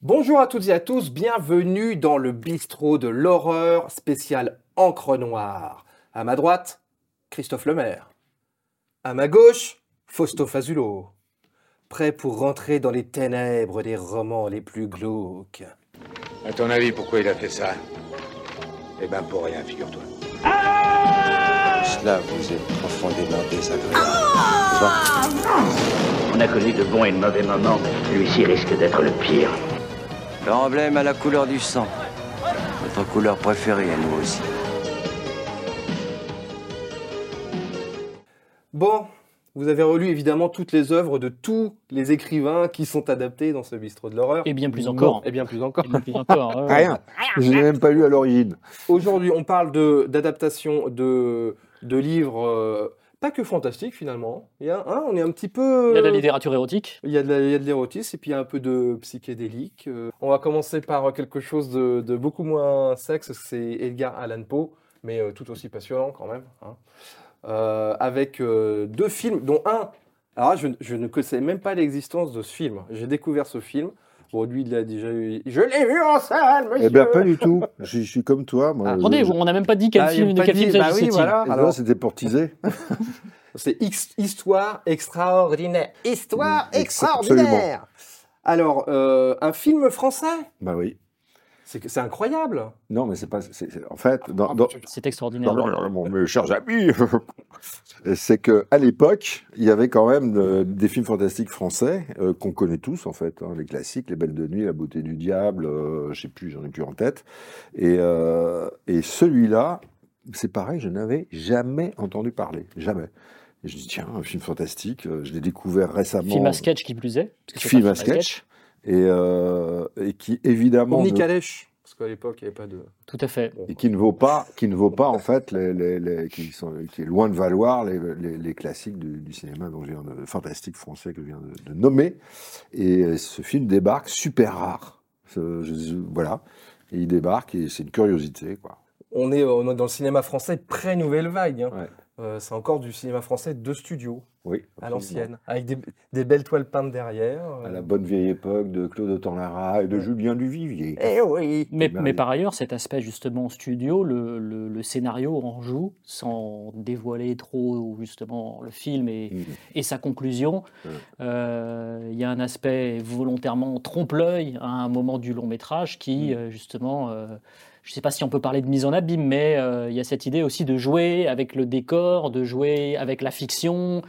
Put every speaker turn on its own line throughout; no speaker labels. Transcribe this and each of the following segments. Bonjour à toutes et à tous, bienvenue dans le bistrot de l'horreur spécial encre noire. À ma droite, Christophe Lemaire. À ma gauche, Fausto Fazulo. Prêt pour rentrer dans les ténèbres des romans les plus glauques.
À ton avis, pourquoi il a fait ça Eh ben, pour rien, figure-toi.
Cela vous est profondément désagréable.
On a connu de bons et de mauvais moments. Lui-ci risque d'être le pire.
Leur emblème a la couleur du sang. Notre couleur préférée à nous aussi.
Bon, vous avez relu évidemment toutes les œuvres de tous les écrivains qui sont adaptés dans ce bistrot de l'horreur.
Et bien plus
Non.
encore.
Et bien plus encore.
Et bien plus encore. ouais, ouais.
Rien. Je l'ai même pas lu à l'origine.
Aujourd'hui, on parle de- d'adaptation de, de livres euh, pas que fantastiques finalement. Il y a, hein, on est un petit peu.
Il y a de la littérature érotique.
Il y a de la- il y a de l'érotisme et puis il y a un peu de psychédélique. Euh, on va commencer par quelque chose de, de beaucoup moins sexe, c'est Edgar Allan Poe, mais euh, tout aussi passionnant quand même. hein. Euh, avec euh, deux films, dont un. Alors là, je, je ne connaissais même pas l'existence de ce film. J'ai découvert ce film. Bon, lui, il l'a déjà eu. Je l'ai vu en salle, monsieur
Eh bien, pas du tout. Je je suis comme toi. Moi,
Ah,
Je-
Attendez,
je-
on n'a même pas dit quel
Ah, il
film,
m'a
de quel
dit,
film
bah oui,
s'agissait-il.
voilà.
Et
Alors-
Non, c'était pour teaser.
C'est X- Histoire extraordinaire. Histoire
Mm, ex- absolument.
extraordinaire. Alors, euh, un film français
Bah oui.
C'est que- c'est incroyable.
Non, mais c'est pas. c'est- c'est- En fait, dans, dans-
C'est extraordinaire.
dans- dans- dans- mon mes chers amis, c'est que à l'époque, il y avait quand même euh, des films fantastiques français euh, qu'on connaît tous en fait, hein, les classiques, Les Belles de Nuit, La Beauté du Diable, euh, je sais plus, j'en ai plus en tête. Et, euh, et celui-là, c'est pareil, je n'avais jamais entendu parler, jamais. Et je dis tiens, un film fantastique, euh, je l'ai découvert récemment.
Film à sketch qui plus est. Parce que c'est
film
pas
à sketch, et, euh, et qui évidemment
Omni
ne-
Calèche. Parce qu'à l'époque, il n'y avait pas de.
Tout à fait.
et qui ne vaut pas, qui ne vaut pas en fait, les, les- les- qui, sont, qui est loin de valoir les, les- les classiques du, du cinéma dont je viens de, fantastique français que je viens de, de nommer. Et euh, ce film débarque super rare. Ce- je- je- voilà, et il débarque et c'est une curiosité quoi.
On est, on est dans le cinéma français pré-nouvelle vague. hein.
Ouais.
Euh, c'est encore du cinéma français de studio,
Oui,
à
absolument.
l'ancienne, avec des, des belles toiles peintes derrière. euh.
À la bonne vieille époque de Claude Autant-Lara et de Julien Duvivier.
Eh oui
Mais,
Bah
mais
oui.
par ailleurs, cet aspect justement studio, le, le- le scénario en joue sans dévoiler trop justement le film et,
Mmh.
Mm.
et sa conclusion.
Ouais.
Euh, Il y a un aspect volontairement trompe-l'œil à un moment du long métrage qui
Mmh.
euh, justement, euh, je ne sais pas si on peut parler de mise en abîme, mais euh, il y a cette idée aussi de jouer avec le décor, de jouer avec la fiction.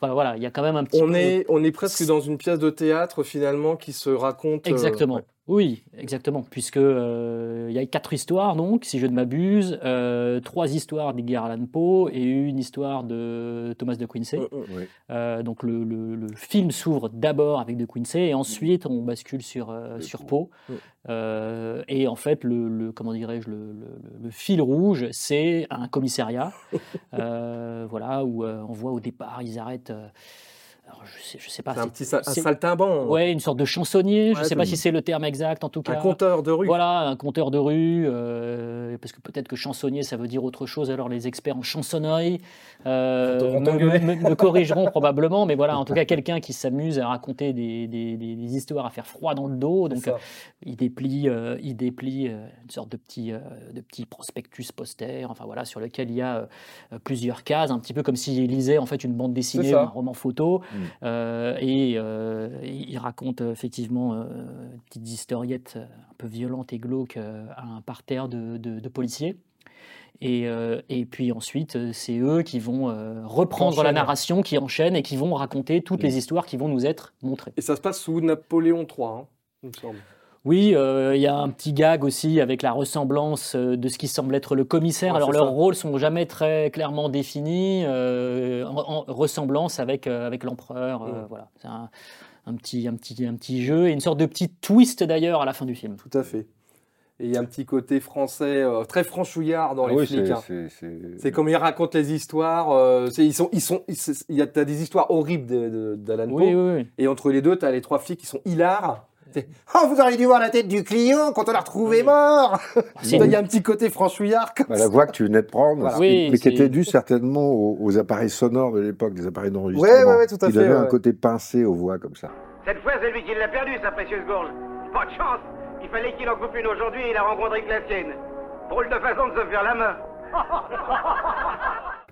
Enfin voilà, il y a quand même un petit
On
peu-
est, on est presque dans une pièce de théâtre finalement qui se raconte. euh,
Exactement. Oui, exactement, puisque euh, il y a quatre histoires donc, si je ne m'abuse, euh, trois histoires d'Edgar Allan Poe et une histoire de Thomas de Quincy.
ouais. Euh, euh,
Euh, donc le, le- le film s'ouvre d'abord avec de Quincy et ensuite on bascule sur euh,
Le
sur
Poe.
Poe.
Ouais.
Euh, et en fait le, le- comment dirais-je le, le- le fil rouge, c'est un commissariat, euh, voilà où euh, on voit au départ ils arrêtent. euh, alors je sais, je sais pas.
c'est un
c'est-
petit sa- un
c'est-
saltimbanque.
Ouais, une sorte de chansonnier, je
Ouais,
ne sais pas
tout-
si c'est le terme exact, en tout cas.
Un conteur de rue.
Voilà, un conteur de rue, euh, parce que peut-être que chansonnier, ça veut dire autre chose, alors les experts en chansonnerie euh,
T'auras
me,
t'engueuler.
me- me corrigeront probablement, mais voilà, en tout cas, quelqu'un qui s'amuse à raconter des, des- des- des histoires, à faire froid dans le dos,
C'est
donc
ça.
euh, il déplie, euh, il déplie euh, une sorte de petit, euh, de petit prospectus poster, enfin voilà, sur lequel il y a euh, euh, plusieurs cases, un petit peu comme s'il lisait en fait une bande dessinée ou
ça. Mmh.
un roman photo,
Mm.
Euh, et euh, il il raconte euh, effectivement euh, des petites historiettes euh, un peu violentes et glauques euh, à un parterre de, de- de policiers. Et, euh, et puis ensuite, euh, c'est eux qui vont euh, reprendre la
Enchaîner. Mmh.
narration, qui enchaînent et qui vont raconter toutes
Mm.
les histoires qui vont nous être montrées.
Et ça se passe sous Napoléon III, hein, il me semble.
Oui, euh, il y a un petit gag aussi avec la ressemblance euh, de ce qui semble être le commissaire.
Ouais,
Alors
c'est
leurs
ça.
rôles sont jamais très clairement définis, euh, en, en ressemblance avec euh, avec l'empereur. euh,
Ouais.
Voilà, c'est un, un petit un petit un petit jeu et une sorte de petit twist d'ailleurs à la fin du film.
Tout à fait. Et il y a un petit côté français, euh, très franchouillard dans
Ah
les
oui,
flics.
c'est-
hein.
c'est- c'est-
C'est comme ils racontent les histoires. euh, c'est- ils sont, ils sont, ils- c'est- il y a t'as des histoires horribles de- de- d'Alan Poe.
Oui, oui, oui.
Et entre les deux, t'as les trois flics qui sont hilars. C'est, Oh, vous auriez dû voir la tête du client quand on l'a retrouvé
Oui.
mort.
C'est-
Il y a un petit côté franchouillard. comme
Bah,
ça.
la voix que tu venais de prendre,
Voilà.
ce qui-
Oui,
mais qui
c'est-
était due certainement aux, aux appareils sonores de l'époque, des appareils d'enregistrement.
Ouais, ouais, ouais, tout à
Il
fait,
avait un
ouais.
côté pincé aux voix comme ça.
Cette fois, c'est lui qui l'a perdu, sa précieuse gourde. Pas de chance Il fallait qu'il en coupe une aujourd'hui et il a rencontré que la sienne. Drôle de façon de se faire la main.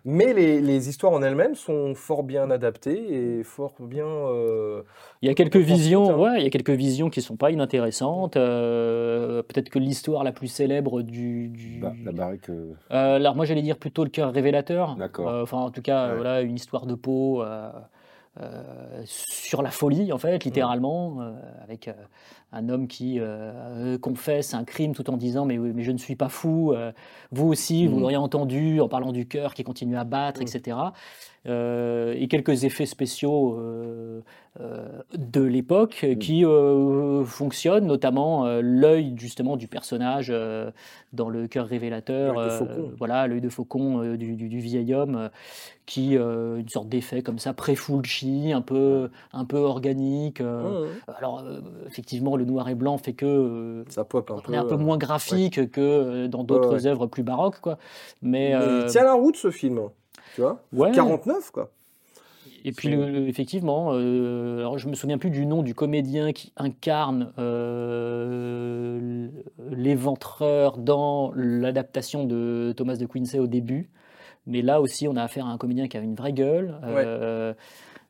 Mais les, les histoires en elles-mêmes sont fort bien adaptées et fort bien. euh,
Il y a
Je
quelques
pense que c'est un-
visions, ouais, il y a quelques visions qui sont pas inintéressantes. Euh, Peut-être que l'histoire la plus célèbre du. du-
Bah, la barrique. euh,
Euh, alors moi j'allais dire plutôt le cœur révélateur.
D'accord.
Euh, Enfin en tout cas
Ouais.
voilà une histoire de peau euh, euh, sur la folie en fait littéralement euh, avec euh, un homme qui euh, euh, confesse un crime tout en disant mais oui, mais je ne suis pas fou. euh, vous aussi vous
Mm.
Mhm.
l'auriez entendu en parlant du cœur qui continue à battre
Mhm.
etc. Euh, et quelques effets spéciaux euh, euh, de l'époque
Mm.
euh, qui euh, fonctionnent notamment euh, l'œil justement du personnage euh, dans le cœur révélateur,
L'œil de
euh,
faucon.
voilà l'œil de faucon euh, du, du- du vieil homme, euh, qui euh, une sorte d'effet comme ça pré-fulci, un
Mm.
peu un peu organique. euh.
Mmh.
Alors euh, effectivement, le noir et blanc fait que euh,
Ça pop un peu.
on est un peu
euh,
moins graphique que euh, dans d'autres
ouais.
œuvres plus baroques, quoi. Mais,
mais
euh,
Il tient la route ce film. Tu vois
Hmm.
ouais.
49 quoi.
Et puis, le- le- effectivement, euh, alors je me souviens plus du nom du comédien qui incarne euh, l'éventreur dans l'adaptation de Thomas de Quincey au début. Mais là aussi, on a affaire à un comédien qui a une vraie gueule. euh,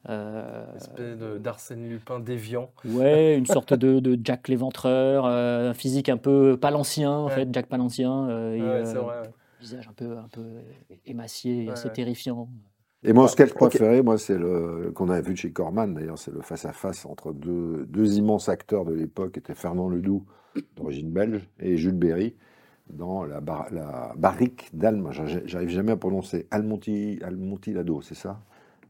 euh,
Espèce de- d'Arsène Lupin déviant.
ouais, une sorte de, de Jack l'éventreur, euh, un physique un peu palancien, en
Ouais.
fait, Jack palancien. euh, et,
Ouais, c'est
euh,
vrai. ouais.
visage un peu, un peu émacié, et
Ouais,
assez
ouais.
terrifiant.
Et mon sketch
Ah, ok.
préféré, moi, c'est le qu'on a vu chez Corman, d'ailleurs, c'est le face-à-face entre deux, deux immenses acteurs de l'époque, qui étaient Fernand Ledoux, d'origine belge, et Jules Berry, dans la, bar- la barrique d'Alma. J'a- J'arrive jamais à prononcer. Almonti, Almontillado, c'est ça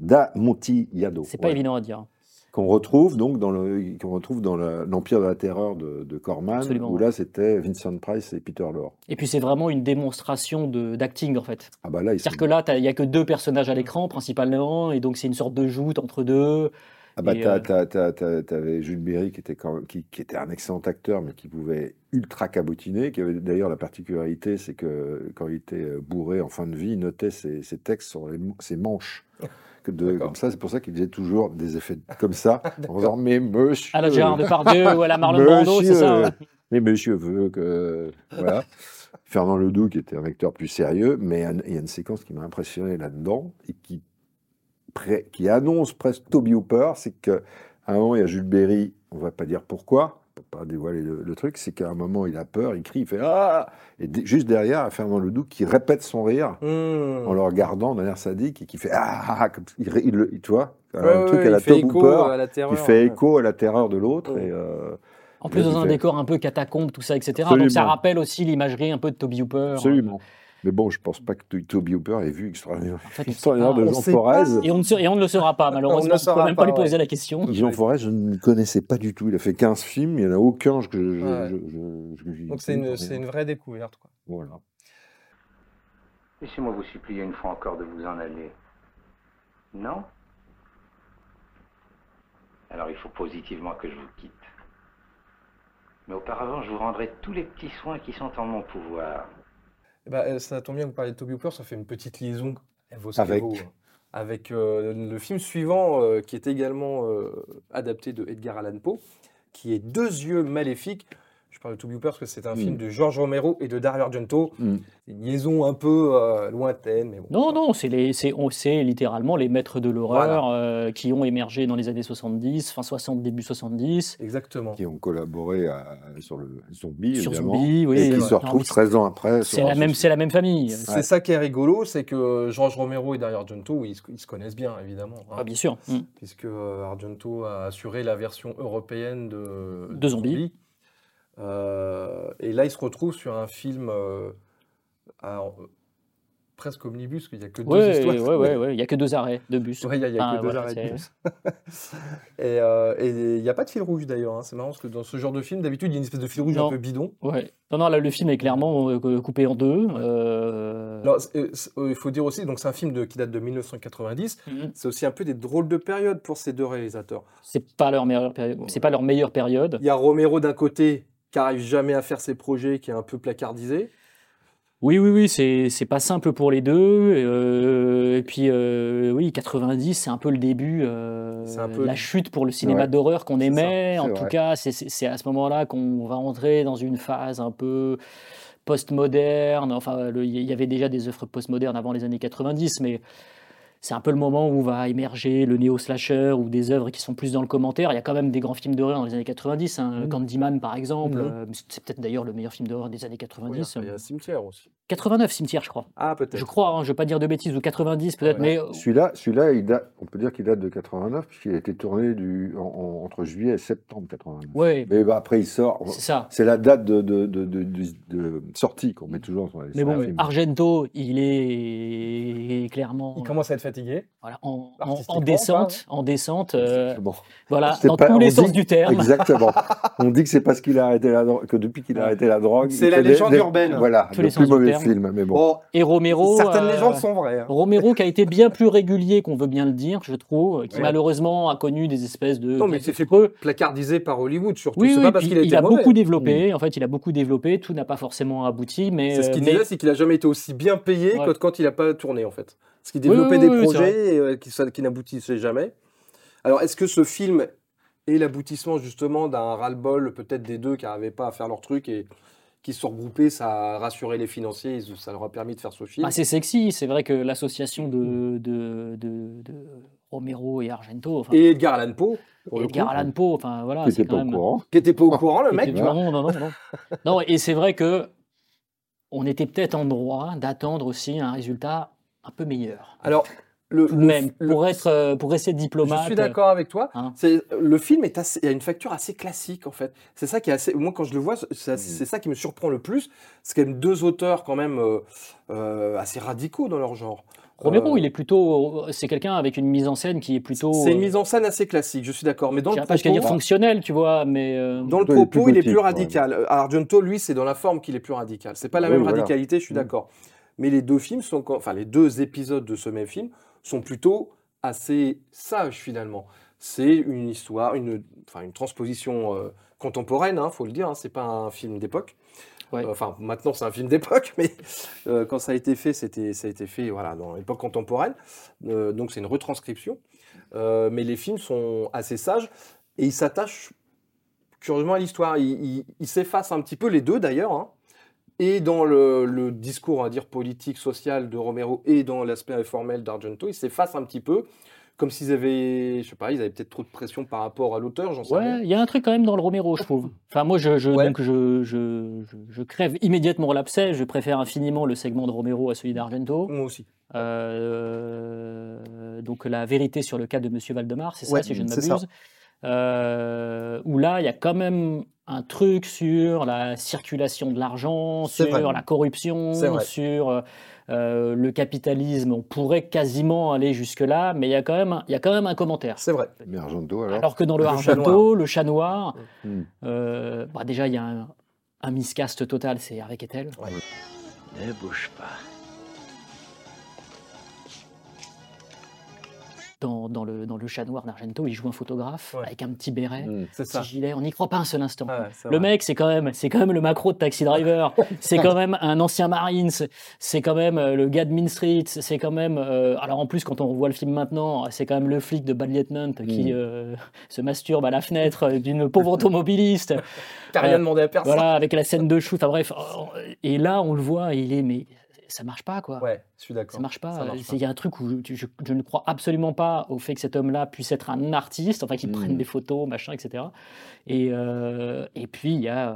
Da Montillado.
C'est pas
ouais.
évident à dire. hein.
Qu'on retrouve donc dans le, qu'on retrouve dans la- l'Empire de la Terreur de, de Corman,
Absolument,
où
ouais.
là, c'était Vincent Price et Peter Lorre.
Et puis c'est vraiment une démonstration de- d'acting en fait.
Ah bah là, ils sont-
C'est-à-dire que là, t'as- il n'y a que deux personnages à l'écran principalement, et donc c'est une sorte de joute entre deux.
Ah bah,
Et,
t'as-
euh,
t'as- t'as- t'as- t'avais Jules Berry qui était, quand même- qui, qui était un excellent acteur, mais qui pouvait ultra cabotiner, qui avait d'ailleurs la particularité, c'est que quand il était euh, bourré en fin de vie, il notait ses, ses textes sur les- ses manches. Que de-
D'accord.
comme ça, c'est pour ça qu'il faisait toujours des effets comme ça, en disant Mais monsieur
À la Ah, Gérard Depardieu ou à la Marlon Brando, c'est ça hein
Monsieur. euh, mais monsieur veut que. Voilà. Fernand Ledoux, qui était un acteur plus sérieux, mais un- il y a une séquence qui m'a impressionné là-dedans et qui, pré- qui annonce presque Toby Hooper c'est qu'à un moment, il y a Jules Berry, on va pas dire pourquoi, on peut pas dévoiler le, le truc, c'est qu'à un moment, il a peur, il crie, il fait Ah Et dé- juste derrière, il y a Fernand Ledoux qui répète son rire
Mmh.
en le regardant d'un air sadique et qui fait Ah comme- il, ré- il le- il- Tu vois Un
Ouais, ouais,
truc
ouais,
à la
il fait
Toby
écho
Hooper
à la terreur.
qui fait
ouais.
écho à la terreur de l'autre.
Ouais.
Et. euh,
En plus,
Là,
dans
tu
un
fais-
décor un peu catacombe, tout ça, etc. Donc ça
Absolument.
rappelle aussi l'imagerie un peu de Toby Hooper. hein.
Absolument. Mais bon, je pense pas que To- Toby Hooper ait vu extraordinaire,
En fait, on sait
extraordinaire
pas.
de
on
Jean
sait pas.
Forez.
oh, Et on, ne se- et on ne le saura pas, malheureusement.
le
on ne
saura
peut même pas,
pas,
lui poser
ouais.
la question.
Jean Forez, je ne le connaissais pas du tout. Il a fait 15 films, il n'y en a aucun que je. je-
Ouais.
je- je- je- je-
Donc c'est une, c'est une vraie découverte. Quoi.
Voilà.
Laissez-moi vous supplier une fois encore de vous en aller. Non Alors il faut positivement que je vous quitte. Mais auparavant, je vous rendrai tous les petits soins qui sont en mon pouvoir.
Eh ben, euh, ça tombe bien que vous parliez de Toby Hooper, ça fait une petite liaison. Elle vaut ce
Avec.
qu'elle vaut, hein. Avec euh, le film suivant, euh, qui est également euh, adapté de Edgar Allan Poe, qui est Deux yeux maléfiques. Je parle de Toby Hooper parce que c'est un
Mm.
film de George Romero et de Dario Argento.
Mm.
C'est Une liaison un peu euh, lointaine, mais bon.
Non, non, c'est les- c'est- on- c'est littéralement les maîtres de l'horreur euh, qui ont émergé dans les années 70, fin 60, début 70.
Exactement.
Qui ont collaboré à- sur le zombie,
Sur
évidemment.
Zombie, oui.
et
ouais.
qui se
Non, mais
retrouvent
c'est-
13 ans après.
C'est
sur
la,
un
même-
souci.
c'est la même famille.
C'est ça qui est rigolo, c'est que euh, George Romero et Dario Argento, ils se, ils se connaissent bien, évidemment. hein,
Ah, bien sûr. Mm.
puisque euh, Argento a assuré la version européenne de,
De
de
Zombie.
Euh, et là, il se retrouve sur un film euh, à- euh, presque omnibus, parce qu'il n'y a que deux
Ouais,
histoires.
ouais, ouais, ouais. Il n'y a que deux arrêts de bus.
Ouais, il n'y a, il y a
Ah,
que deux
voilà,
arrêts de bus.
c'est-
et euh, et il n'y a pas de fil rouge d'ailleurs. hein. C'est marrant parce que dans ce genre de film, d'habitude, il y a une espèce de fil rouge
Non.
un peu bidon.
Ouais. Non, non, là, le film est clairement euh, coupé en deux. euh,
Alors, c'est- euh, c'est- euh, il faut dire aussi, donc c'est un film de- qui date de 1990.
Mhm.
C'est aussi un peu des drôles de périodes pour ces deux réalisateurs.
C'est pas leur meilleure période. C'est pas leur meilleure période.
Il y a Romero d'un côté qui arrive jamais à faire ses projets, qui est un peu placardisé.
Oui, oui, oui, c'est c'est pas simple pour les deux. euh, et puis, euh, oui, 90, c'est un peu le début, euh,
C'est un peu-
la chute pour le cinéma
Ouais.
d'horreur qu'on
C'est
aimait.
ça,
en
c'est
tout
vrai.
cas, c'est- c'est c'est à ce moment-là qu'on va entrer dans une phase un peu post-moderne. Enfin, le- il y avait déjà des œuvres post-modernes avant les années 90, mais c'est un peu le moment où va émerger le néo-slasher ou des œuvres qui sont plus dans le commentaire. Il y a quand même des grands films d'horreur dans les années 90, hein,
Mhm.
Candyman par exemple.
Mhm.
euh, C'est peut-être d'ailleurs le meilleur film d'horreur des années
Oui,
90.
après, il y a un cimetière aussi.
89 Cimetière, je crois.
Ah, peut-être.
Je crois, hein, je ne veux pas dire de bêtises, ou 90 peut-être,
Ouais.
mais
Celui-là, celui-là, il date- on peut dire qu'il date de 89 puisqu'il a été tourné du, en- en- entre juillet et septembre 89.
euh, ouais,
Mais bah, après, il sort.
c'est ça.
C'est la date de, de, de- de- de- de sortie qu'on met toujours sur les
Mais
sur les
bon,
films.
Argento, il est clairement
Il commence à être fatigué.
voilà, en, en- en,
artistiquement,
descente,
hein
en descente, euh,
Bon.
voilà,
C'est
dans
pas-
tous
on
les
dit-
sens du terme.
Exactement. On dit que c'est parce qu'il a arrêté la drogue, que depuis qu'il a arrêté la drogue.
C'est
il
la
fait des-
légende
des-
urbaine.
Voilà,
Tous les
le
sens
plus
du
mauvais
terme.
film, mais bon.
Bon,
Et Romero,
certaines
euh,
légendes sont vraies. hein.
Romero qui a été bien plus régulier qu'on veut bien le dire, je trouve, euh, qui
Ouais.
malheureusement a connu des espèces de...
Non, mais
de-
c'est fait
creux.
placardisé par Hollywood surtout.
Oui,
c'est
oui,
pas parce
puis
qu'il a
il
été
a
mauvais. Mm.
beaucoup développé. En fait, il a beaucoup développé. Tout n'a pas forcément abouti, mais
C'est ce
euh,
qu'il
mais-
disait, c'est qu'il a jamais été aussi bien payé
Ouais.
que quand il n'a pas tourné en fait. Parce qu'il
Oui, oui,
développait
oui, oui,
des
c'est
projets euh, qui, ça- qui n'aboutissaient jamais. Alors est-ce que ce film est l'aboutissement justement d'un ras-le-bol peut-être des deux qui n'arrivaient pas à faire leur truc et qui se sont regroupés, ça a rassuré les financiers, ils- ça leur a permis de faire ce film.
Ah, c'est sexy, c'est vrai que l'association
Mm.
de, de, de- de Romero et Argento, enfin,
et Edgar Allan Poe, pour le
Edgar
coup,
Allan Poe, enfin voilà,
Il
c'est
était pas
quand
au
même.
courant.
qui n'était pas
Oh,
au courant le mec.
Et puis, non, non, non, non. Non, et c'est vrai que on était peut-être en droit d'attendre aussi un résultat un peu meilleur.
Alors le,
Tout de
le-
même,
le-
pour être, euh, pour rester diplomate.
Je suis d'accord avec toi.
hein.
C'est le film est assez, il a une facture assez classique en fait. C'est ça qui est assez. Moi quand je le vois, c'est
Hmm.
c'est ça qui me surprend le plus. C'est quand même deux auteurs quand même euh, euh, assez radicaux dans leur genre.
Romero,
Euh,
il est euh. plutôt, c'est quelqu'un avec une mise en scène qui est plutôt.
C'est une mise en scène assez classique. Je suis d'accord, mais dans
je
le
dirais pas jusqu'à dire
propos,
fonctionnelle, tu vois, mais. euh,
dans le
Il est plus
propos, il est plus
gothique,
radical. Euh, Argento, lui, c'est dans la forme qu'il est plus radical. C'est pas la
Oui,
même
voilà.
radicalité, je suis
Mm.
d'accord. Mais les deux films sont, quand- enfin, les deux épisodes de ce même film sont plutôt assez sages finalement. C'est une histoire, une, enfin, une transposition euh, contemporaine, hein, faut le dire. Hein, c'est pas un film d'époque.
Ouais.
Euh, Enfin, maintenant c'est un film d'époque, mais euh, quand ça a été fait, c'était, ça a été fait, voilà, dans l'époque contemporaine. Euh, donc c'est une retranscription. Euh, mais les films sont assez sages et ils s'attachent curieusement à l'histoire. Ils, ils- ils s'effacent un petit peu, les deux d'ailleurs. hein. Et dans le, le discours, on va dire, politique, social de Romero et dans l'aspect formel d'Argento, ils s'effacent un petit peu, comme s'ils avaient, je sais pas, ils avaient peut-être trop de pression par rapport à l'auteur, j'en sais rien.
Ouais, il y a un truc quand même dans le Romero, je trouve. Enfin, moi, je, je-
Ouais.
donc, je, je, je, je crève immédiatement l'abcès. Je préfère infiniment le segment de Romero à celui d'Argento.
Moi aussi.
Euh, donc, la vérité sur le cas de Monsieur Valdemar, c'est ça,
Ouais,
si je ne
c'est ça.
m'abuse. Euh, où là, il y a quand même un truc sur la circulation de l'argent,
C'est
sur
vrai.
la corruption,
C'est vrai.
sur euh, euh, le capitalisme. On pourrait quasiment aller jusque-là, mais il y, a quand même, il y a quand même un commentaire.
C'est vrai.
Mais Argento, alors.
euh, Alors que dans le,
Le chat
Argento, le chat noir,
Mm.
euh, bah déjà il y a un, un miscast total, c'est Harvey Kettel.
Ne bouge pas.
Dans, dans le, dans le chat noir d'Argento, il joue un photographe
Ouais.
avec un petit béret,
Mm.
C'est
petit
ça.
gilet, on n'y croit pas un seul instant.
Ouais, c'est
Le
vrai.
mec, c'est quand même, c'est quand même le macro de Taxi Driver. c'est quand même un ancien Marines. C'est quand même euh, le gars de Mean Street. C'est quand même, euh, alors en plus quand on revoit le film maintenant, c'est quand même le flic de Bad Lieutenant
Hmm.
qui euh, se masturbe à la fenêtre euh, d'une pauvre automobiliste.
T'as rien demandé à personne.
euh, Voilà, avec la scène de shoot. Enfin bref, oh, et là on le voit, il est mais ça marche pas quoi.
Ouais, je suis d'accord.
Ça marche pas.
Ça marche
C'est-
pas.
Il y a un truc où je, je- je ne crois absolument pas au fait que cet homme-là puisse être un artiste, enfin qu'il
Mm.
Hmm.
prenne des photos, machin, etc. Et, euh, et puis il y a euh,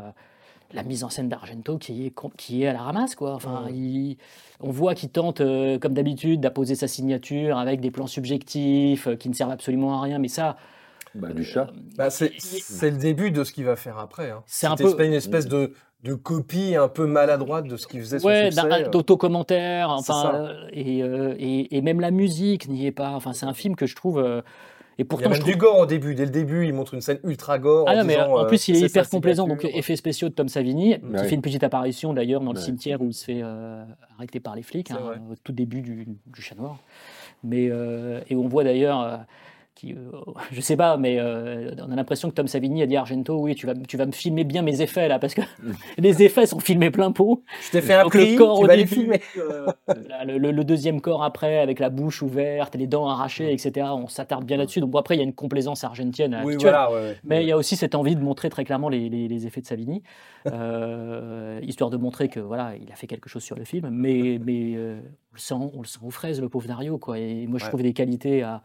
la mise en scène d'Argento qui est, com- qui est à la ramasse, quoi. Enfin,
Ouais.
il- on voit qu'il tente, euh, comme d'habitude, d'apposer sa signature avec des plans subjectifs euh, qui ne servent absolument à rien. Mais ça,
Bah, du chat.
Bah, c'est- c'est le début de ce qu'il va faire après. hein.
C'est un
C'était
peu-
une espèce de, de copie un peu maladroite de ce qu'il faisait son
ouais,
succès,
d'un-
euh.
d'autocommentaires,
c'est
enfin,
ça.
euh, et, euh, et, et même la musique n'y est pas. Enfin, c'est un film que je trouve. euh, et
Il y a
pourtant, je
même
trouve
du gore au début. Dès le début, il montre une scène ultra gore.
Ah
en,
non, mais
disant,
en
euh,
plus, il est
c'est euh, sa
hyper complaisant. Donc, euh,
signature.
effet spéciaux de Tom Savini, qui
Ouais.
fait une petite apparition d'ailleurs dans le
Ouais.
cimetière où il se fait euh, arrêter par les flics,
C'est
hein,
vrai.
au tout début du, du chat noir. Mais, euh, et on voit d'ailleurs euh, qui, euh, je sais pas, mais euh, on a l'impression que Tom Savini a dit à Argento, oui, tu vas, tu vas me filmer bien mes effets là, parce que les effets sont filmés plein pot.
Je t'ai fait un
Donc,
prix,
le corps
tu
au
vas les
début,
filmer.
euh, là, le, le- le deuxième corps après, avec la bouche ouverte, et les dents arrachées, etc. On s'attarde bien là-dessus. Donc bon, après, il y a une complaisance argentienne
Oui,
actuelle.
voilà, ouais, ouais.
Mais il y a aussi cette envie de montrer très clairement les, les- les effets de Savini, euh, histoire de montrer que voilà, il a fait quelque chose sur le film. Mais, mais euh, on, le sent, on le sent aux fraises, le pauvre Dario. Quoi. Et moi, je
Ouais.
trouve des qualités à,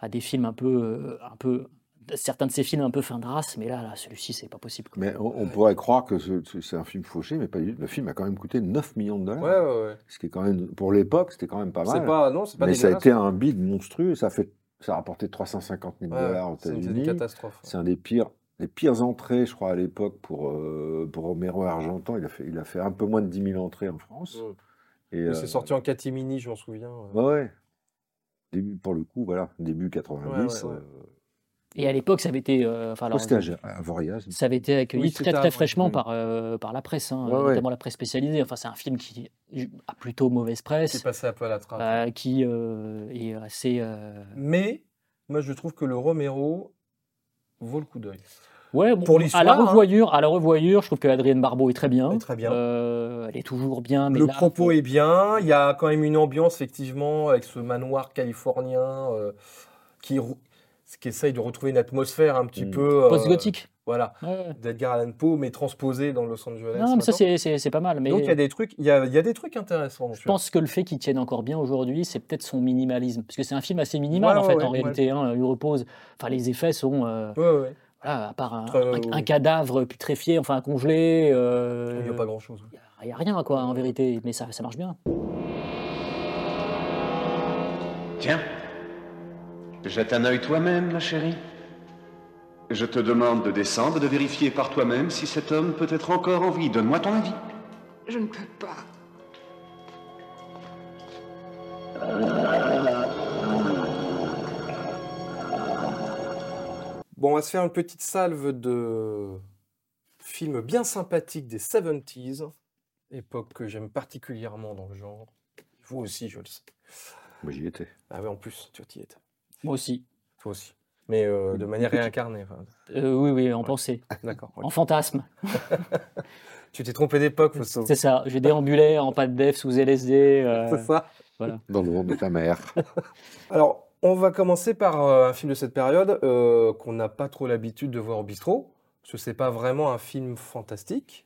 à des films un peu, euh, un peu, certains de ces films un peu fin de race, mais là, là celui-ci, c'est pas possible. quoi.
Mais on, on pourrait croire que ce- ce- c'est un film fauché, mais pas du tout. Le film a quand même coûté 9 millions de dollars.
Ouais, ouais, ouais.
Ce qui est quand même, pour l'époque, c'était quand même pas
C'est
mal.
pas, non, c'est pas
mais ça a
dégueulasse.
été un bid monstrueux. Ça a, fait, ça a rapporté 350 000
Ouais,
dollars aux
c'est une- c'est
États-Unis.
une catastrophe.
C'est un des pires, les pires entrées, je crois, à l'époque pour, euh, pour Romero Argentan. Il a, fait, il a fait un peu moins de 10 000 entrées en France.
Ouais.
Et,
Mais
euh,
C'est sorti en catimini, je m'en souviens. ouais.
Ouais, ouais. Début, pour le coup, voilà, début 90.
Ouais, ouais, ouais.
euh,
Et à l'époque, ça avait été, euh, enfin, alors,
c'était à, à Voriaz.
ça avait été accueilli
Oui,
très
c'était
très
avant,
fraîchement
oui.
par, euh, par la presse, hein,
Ouais, ouais.
notamment la presse spécialisée. Enfin, c'est un film qui a plutôt mauvaise
C'est
presse,
passé un peu à la trappe.
euh, qui euh, est assez. euh,
Mais moi, je trouve que le Romero vaut le coup d'œil.
Ouais, bon,
Pour
à la
l'histoire, hein.
revoyure, à la revoyure, je trouve que Adrienne Barbeau est très bien.
Elle est très bien.
Euh, elle est toujours bien, mais
Le
là,
propos est bien. Il y a quand même une ambiance, effectivement, avec ce manoir californien euh, qui, rou- qui essaye de retrouver une atmosphère un petit
Mm.
peu. euh,
post-gothique.
Voilà,
Ouais, ouais.
d'Edgar Allan Poe, mais transposé dans Los Angeles.
Non, mais ça
maintenant.
c'est- c'est c'est pas mal. Mais
Donc il y a des trucs, il y a, il y a des trucs intéressants.
je pense que le fait qu'il tienne encore bien aujourd'hui, c'est peut-être son minimalisme, parce que c'est un film assez minimal
Ouais,
en
ouais,
fait.
ouais,
en
ouais.
réalité, hein, il repose. Enfin, les effets sont, euh,
Ouais, ouais.
voilà, à part un,
Très-
un- un cadavre putréfié, enfin congelé. euh,
euh, Il n'y a pas grand chose.
Il n'y a rien, quoi, en vérité, mais ça, ça marche bien.
Tiens, jette un œil toi-même, ma chérie. Je te demande de descendre et de vérifier par toi-même si cet homme peut être encore en vie. Donne-moi ton avis.
Je ne peux pas.
Bon, on va se faire une petite salve de films bien sympathiques des 70s, époque que j'aime particulièrement dans le genre. Vous aussi, je le sais.
Moi, j'y étais.
Ah oui, en plus, tu y étais.
Moi aussi.
Toi aussi. Mais euh, de manière réincarnée. enfin,
Euh, oui, oui, en pensée,
D'accord. ok.
en fantasme.
Tu t'es trompé d'époque, Fausto.
C'est ça, j'ai déambulé en pas de def sous LSD. euh,
C'est ça.
Dans le ventre de ta mère.
Alors, on va commencer par euh, un film de cette période euh, qu'on n'a pas trop l'habitude de voir au bistrot, parce que c'est pas vraiment un film fantastique.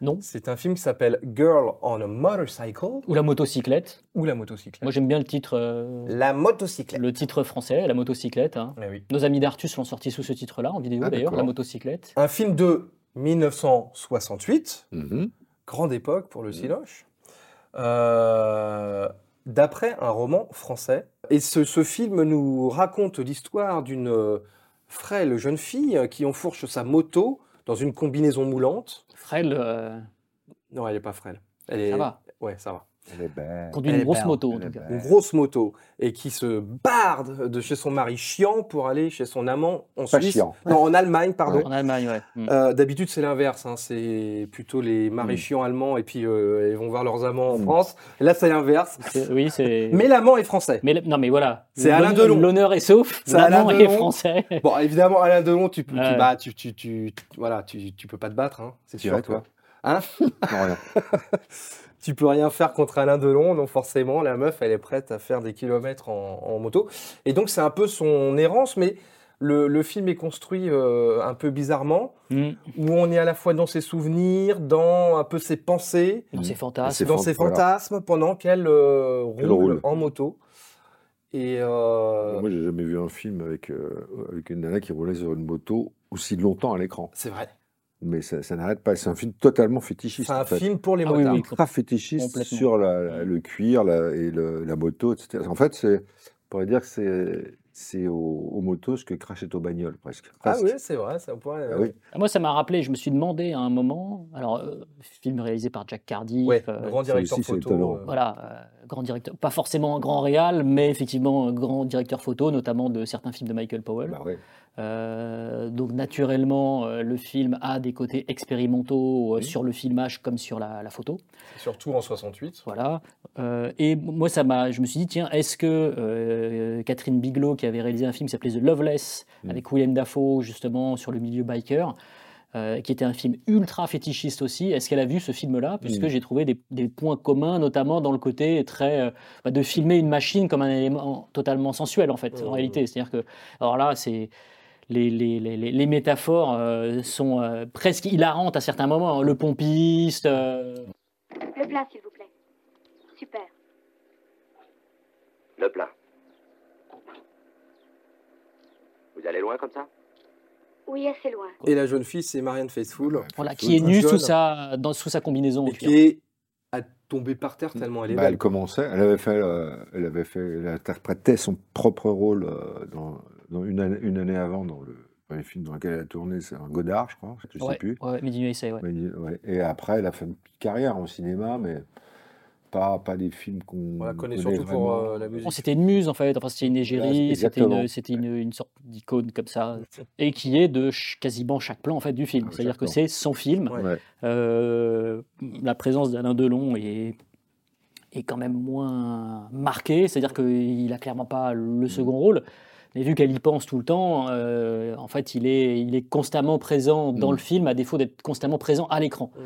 Non.
C'est un film qui s'appelle Girl on a Motorcycle
Ou la motocyclette.
ou la motocyclette.
Moi j'aime bien le titre, euh,
La motocyclette.
le titre français, la motocyclette. hein.
Ah oui.
Nos amis d'Artus l'ont sorti sous ce titre-là en vidéo
Ah,
d'ailleurs, la
d'accord.
motocyclette.
Un film de 1968,
Mhm.
grande époque pour
Mm.
le Siloche, euh, d'après un roman français. Et ce, ce film nous raconte l'histoire d'une euh, frêle jeune fille qui enfourche sa moto dans une combinaison moulante.
Frêle, euh,
Non, elle n'est pas frêle. Elle
ça
est-
va.
Ouais, ça va.
Elle est belle.
Conduit
Elle
une
est
grosse
belle,
moto en
elle
tout
est
cas.
belle.
Une grosse moto. Et qui se barde de chez son mari chiant pour aller chez son amant en
Pas
Suisse.
chiant.
Non, en Allemagne, pardon.
En Allemagne, ouais. Mm.
Euh, D'habitude, c'est l'inverse. hein. C'est plutôt les maris
Mm.
chiants allemands et puis euh, ils vont voir leurs amants en
Mm.
France. Et là, c'est l'inverse.
C'est- Oui, c'est.
Mais l'amant est français.
Mais le- non, mais voilà.
C'est Alain
L'honneur-
Delon.
L'honneur est sauf.
C'est Alain
L'allemand est
Delon.
français.
Bon, évidemment, Alain Delon, tu, peux- tu,
Ouais.
bah, tu, tu, tu, tu- voilà, tu, tu peux pas te battre, hein, c'est
Tu
sûr,
irais,
quoi.
toi
Hein
Non, rien.
Tu peux rien faire contre Alain Delon, donc forcément, la meuf, elle est prête à faire des kilomètres en, en moto. Et donc, c'est un peu son errance, mais le, le film est construit euh, un peu bizarrement,
Mm.
où on est à la fois dans ses souvenirs, dans un peu ses pensées,
Dans ses
Mm.
fantasmes.
Ses
dans
fan-
ses
voilà.
fantasmes, pendant qu'elle euh,
Elle
roule
roule.
en moto. Et euh,
Moi, j'ai jamais vu un film avec, euh, avec une nana qui roulait sur une moto aussi longtemps à l'écran.
c'est vrai,
Mais ça, ça n'arrête pas. C'est un film totalement fétichiste.
c'est un
en fait.
film pour les
Ah oui,
motards.
oui.
ultra fétichiste
Complètement.
sur la- la- le cuir la- et le- la moto, etc. En fait, c'est, on pourrait dire que c'est, c'est au- aux, motos ce que Crash est aux bagnoles, presque.
Ah euh,
Presque.
oui, c'est vrai, ça pourrait...
Ah oui.
Ah, Moi, ça m'a rappelé, je me suis demandé à un moment, alors, euh, film réalisé par Jack Cardiff,
Ouais,
euh,
le grand
ça
directeur
aussi, c'est
photo.
étonnant.
euh,
voilà, euh, grand directeur, pas forcément un grand réal, mais effectivement un grand directeur photo, notamment de certains films de Michael Powell.
Bah ouais.
Euh, donc naturellement, euh, le film a des côtés expérimentaux euh, sur le filmage comme sur la, la photo.
Surtout en 68.
Voilà. Euh, et moi, ça m'a, je me suis dit, tiens, est-ce que euh, Catherine Bigelow, qui avait réalisé un film qui s'appelait The Loveless,
Mm.
avec William Dafoe, justement, sur le milieu biker, euh, qui était un film ultra fétichiste aussi, est-ce qu'elle a vu ce film-là Puisque
Mm.
j'ai trouvé des, des points communs, notamment dans le côté très. euh, bah, de filmer une machine comme un élément totalement sensuel, en fait,
Mm.
Oh.
en réalité. C'est-à-dire que. Alors là, c'est. Les, les- les- les- les métaphores euh, sont euh, presque hilarantes à certains moments. hein. Le pompiste, euh,
Le plat, s'il vous plaît. Super.
Le plat. Vous allez loin comme ça
Oui, assez loin.
Et la jeune fille, c'est Marianne Faithfull,
Voilà,
Plutôt
qui est
une
nue sous
jeune.
sa, dans, sous sa combinaison. en
et
cuir.
qui est à tomber par terre tellement elle est
Bah,
belle.
elle commençait, elle avait fait, euh, elle avait fait, elle interprétait son propre rôle euh, dans, dans une, année, une année avant dans le premier film dans lequel elle a tourné, c'est un Godard, je crois, je
Ouais,
sais plus.
ouais, Made in USA, ouais.
Mais, ouais. Et après, elle a fait une petite carrière au cinéma, mais pas, pas des films qu'on
On la connaît surtout pour
vraiment.
euh, la
Bon,
musique.
c'était une muse en fait, enfin, c'était une égérie, c'était
exactement.
une, c'était une, une sorte d'icône comme ça, et qui est de ch- quasiment chaque plan en fait du film.
Ah,
C'est-à-dire
chaque
que
plan.
c'est son film.
Ouais.
Ouais.
Euh, la présence d'Alain Delon est, est quand même moins marquée, c'est-à-dire qu'il n'a clairement pas le second rôle. Mais vu qu'elle y pense tout le temps, euh, en fait, il est, il est constamment présent dans
Mm.
le film, à défaut d'être constamment présent à l'écran.
Mm.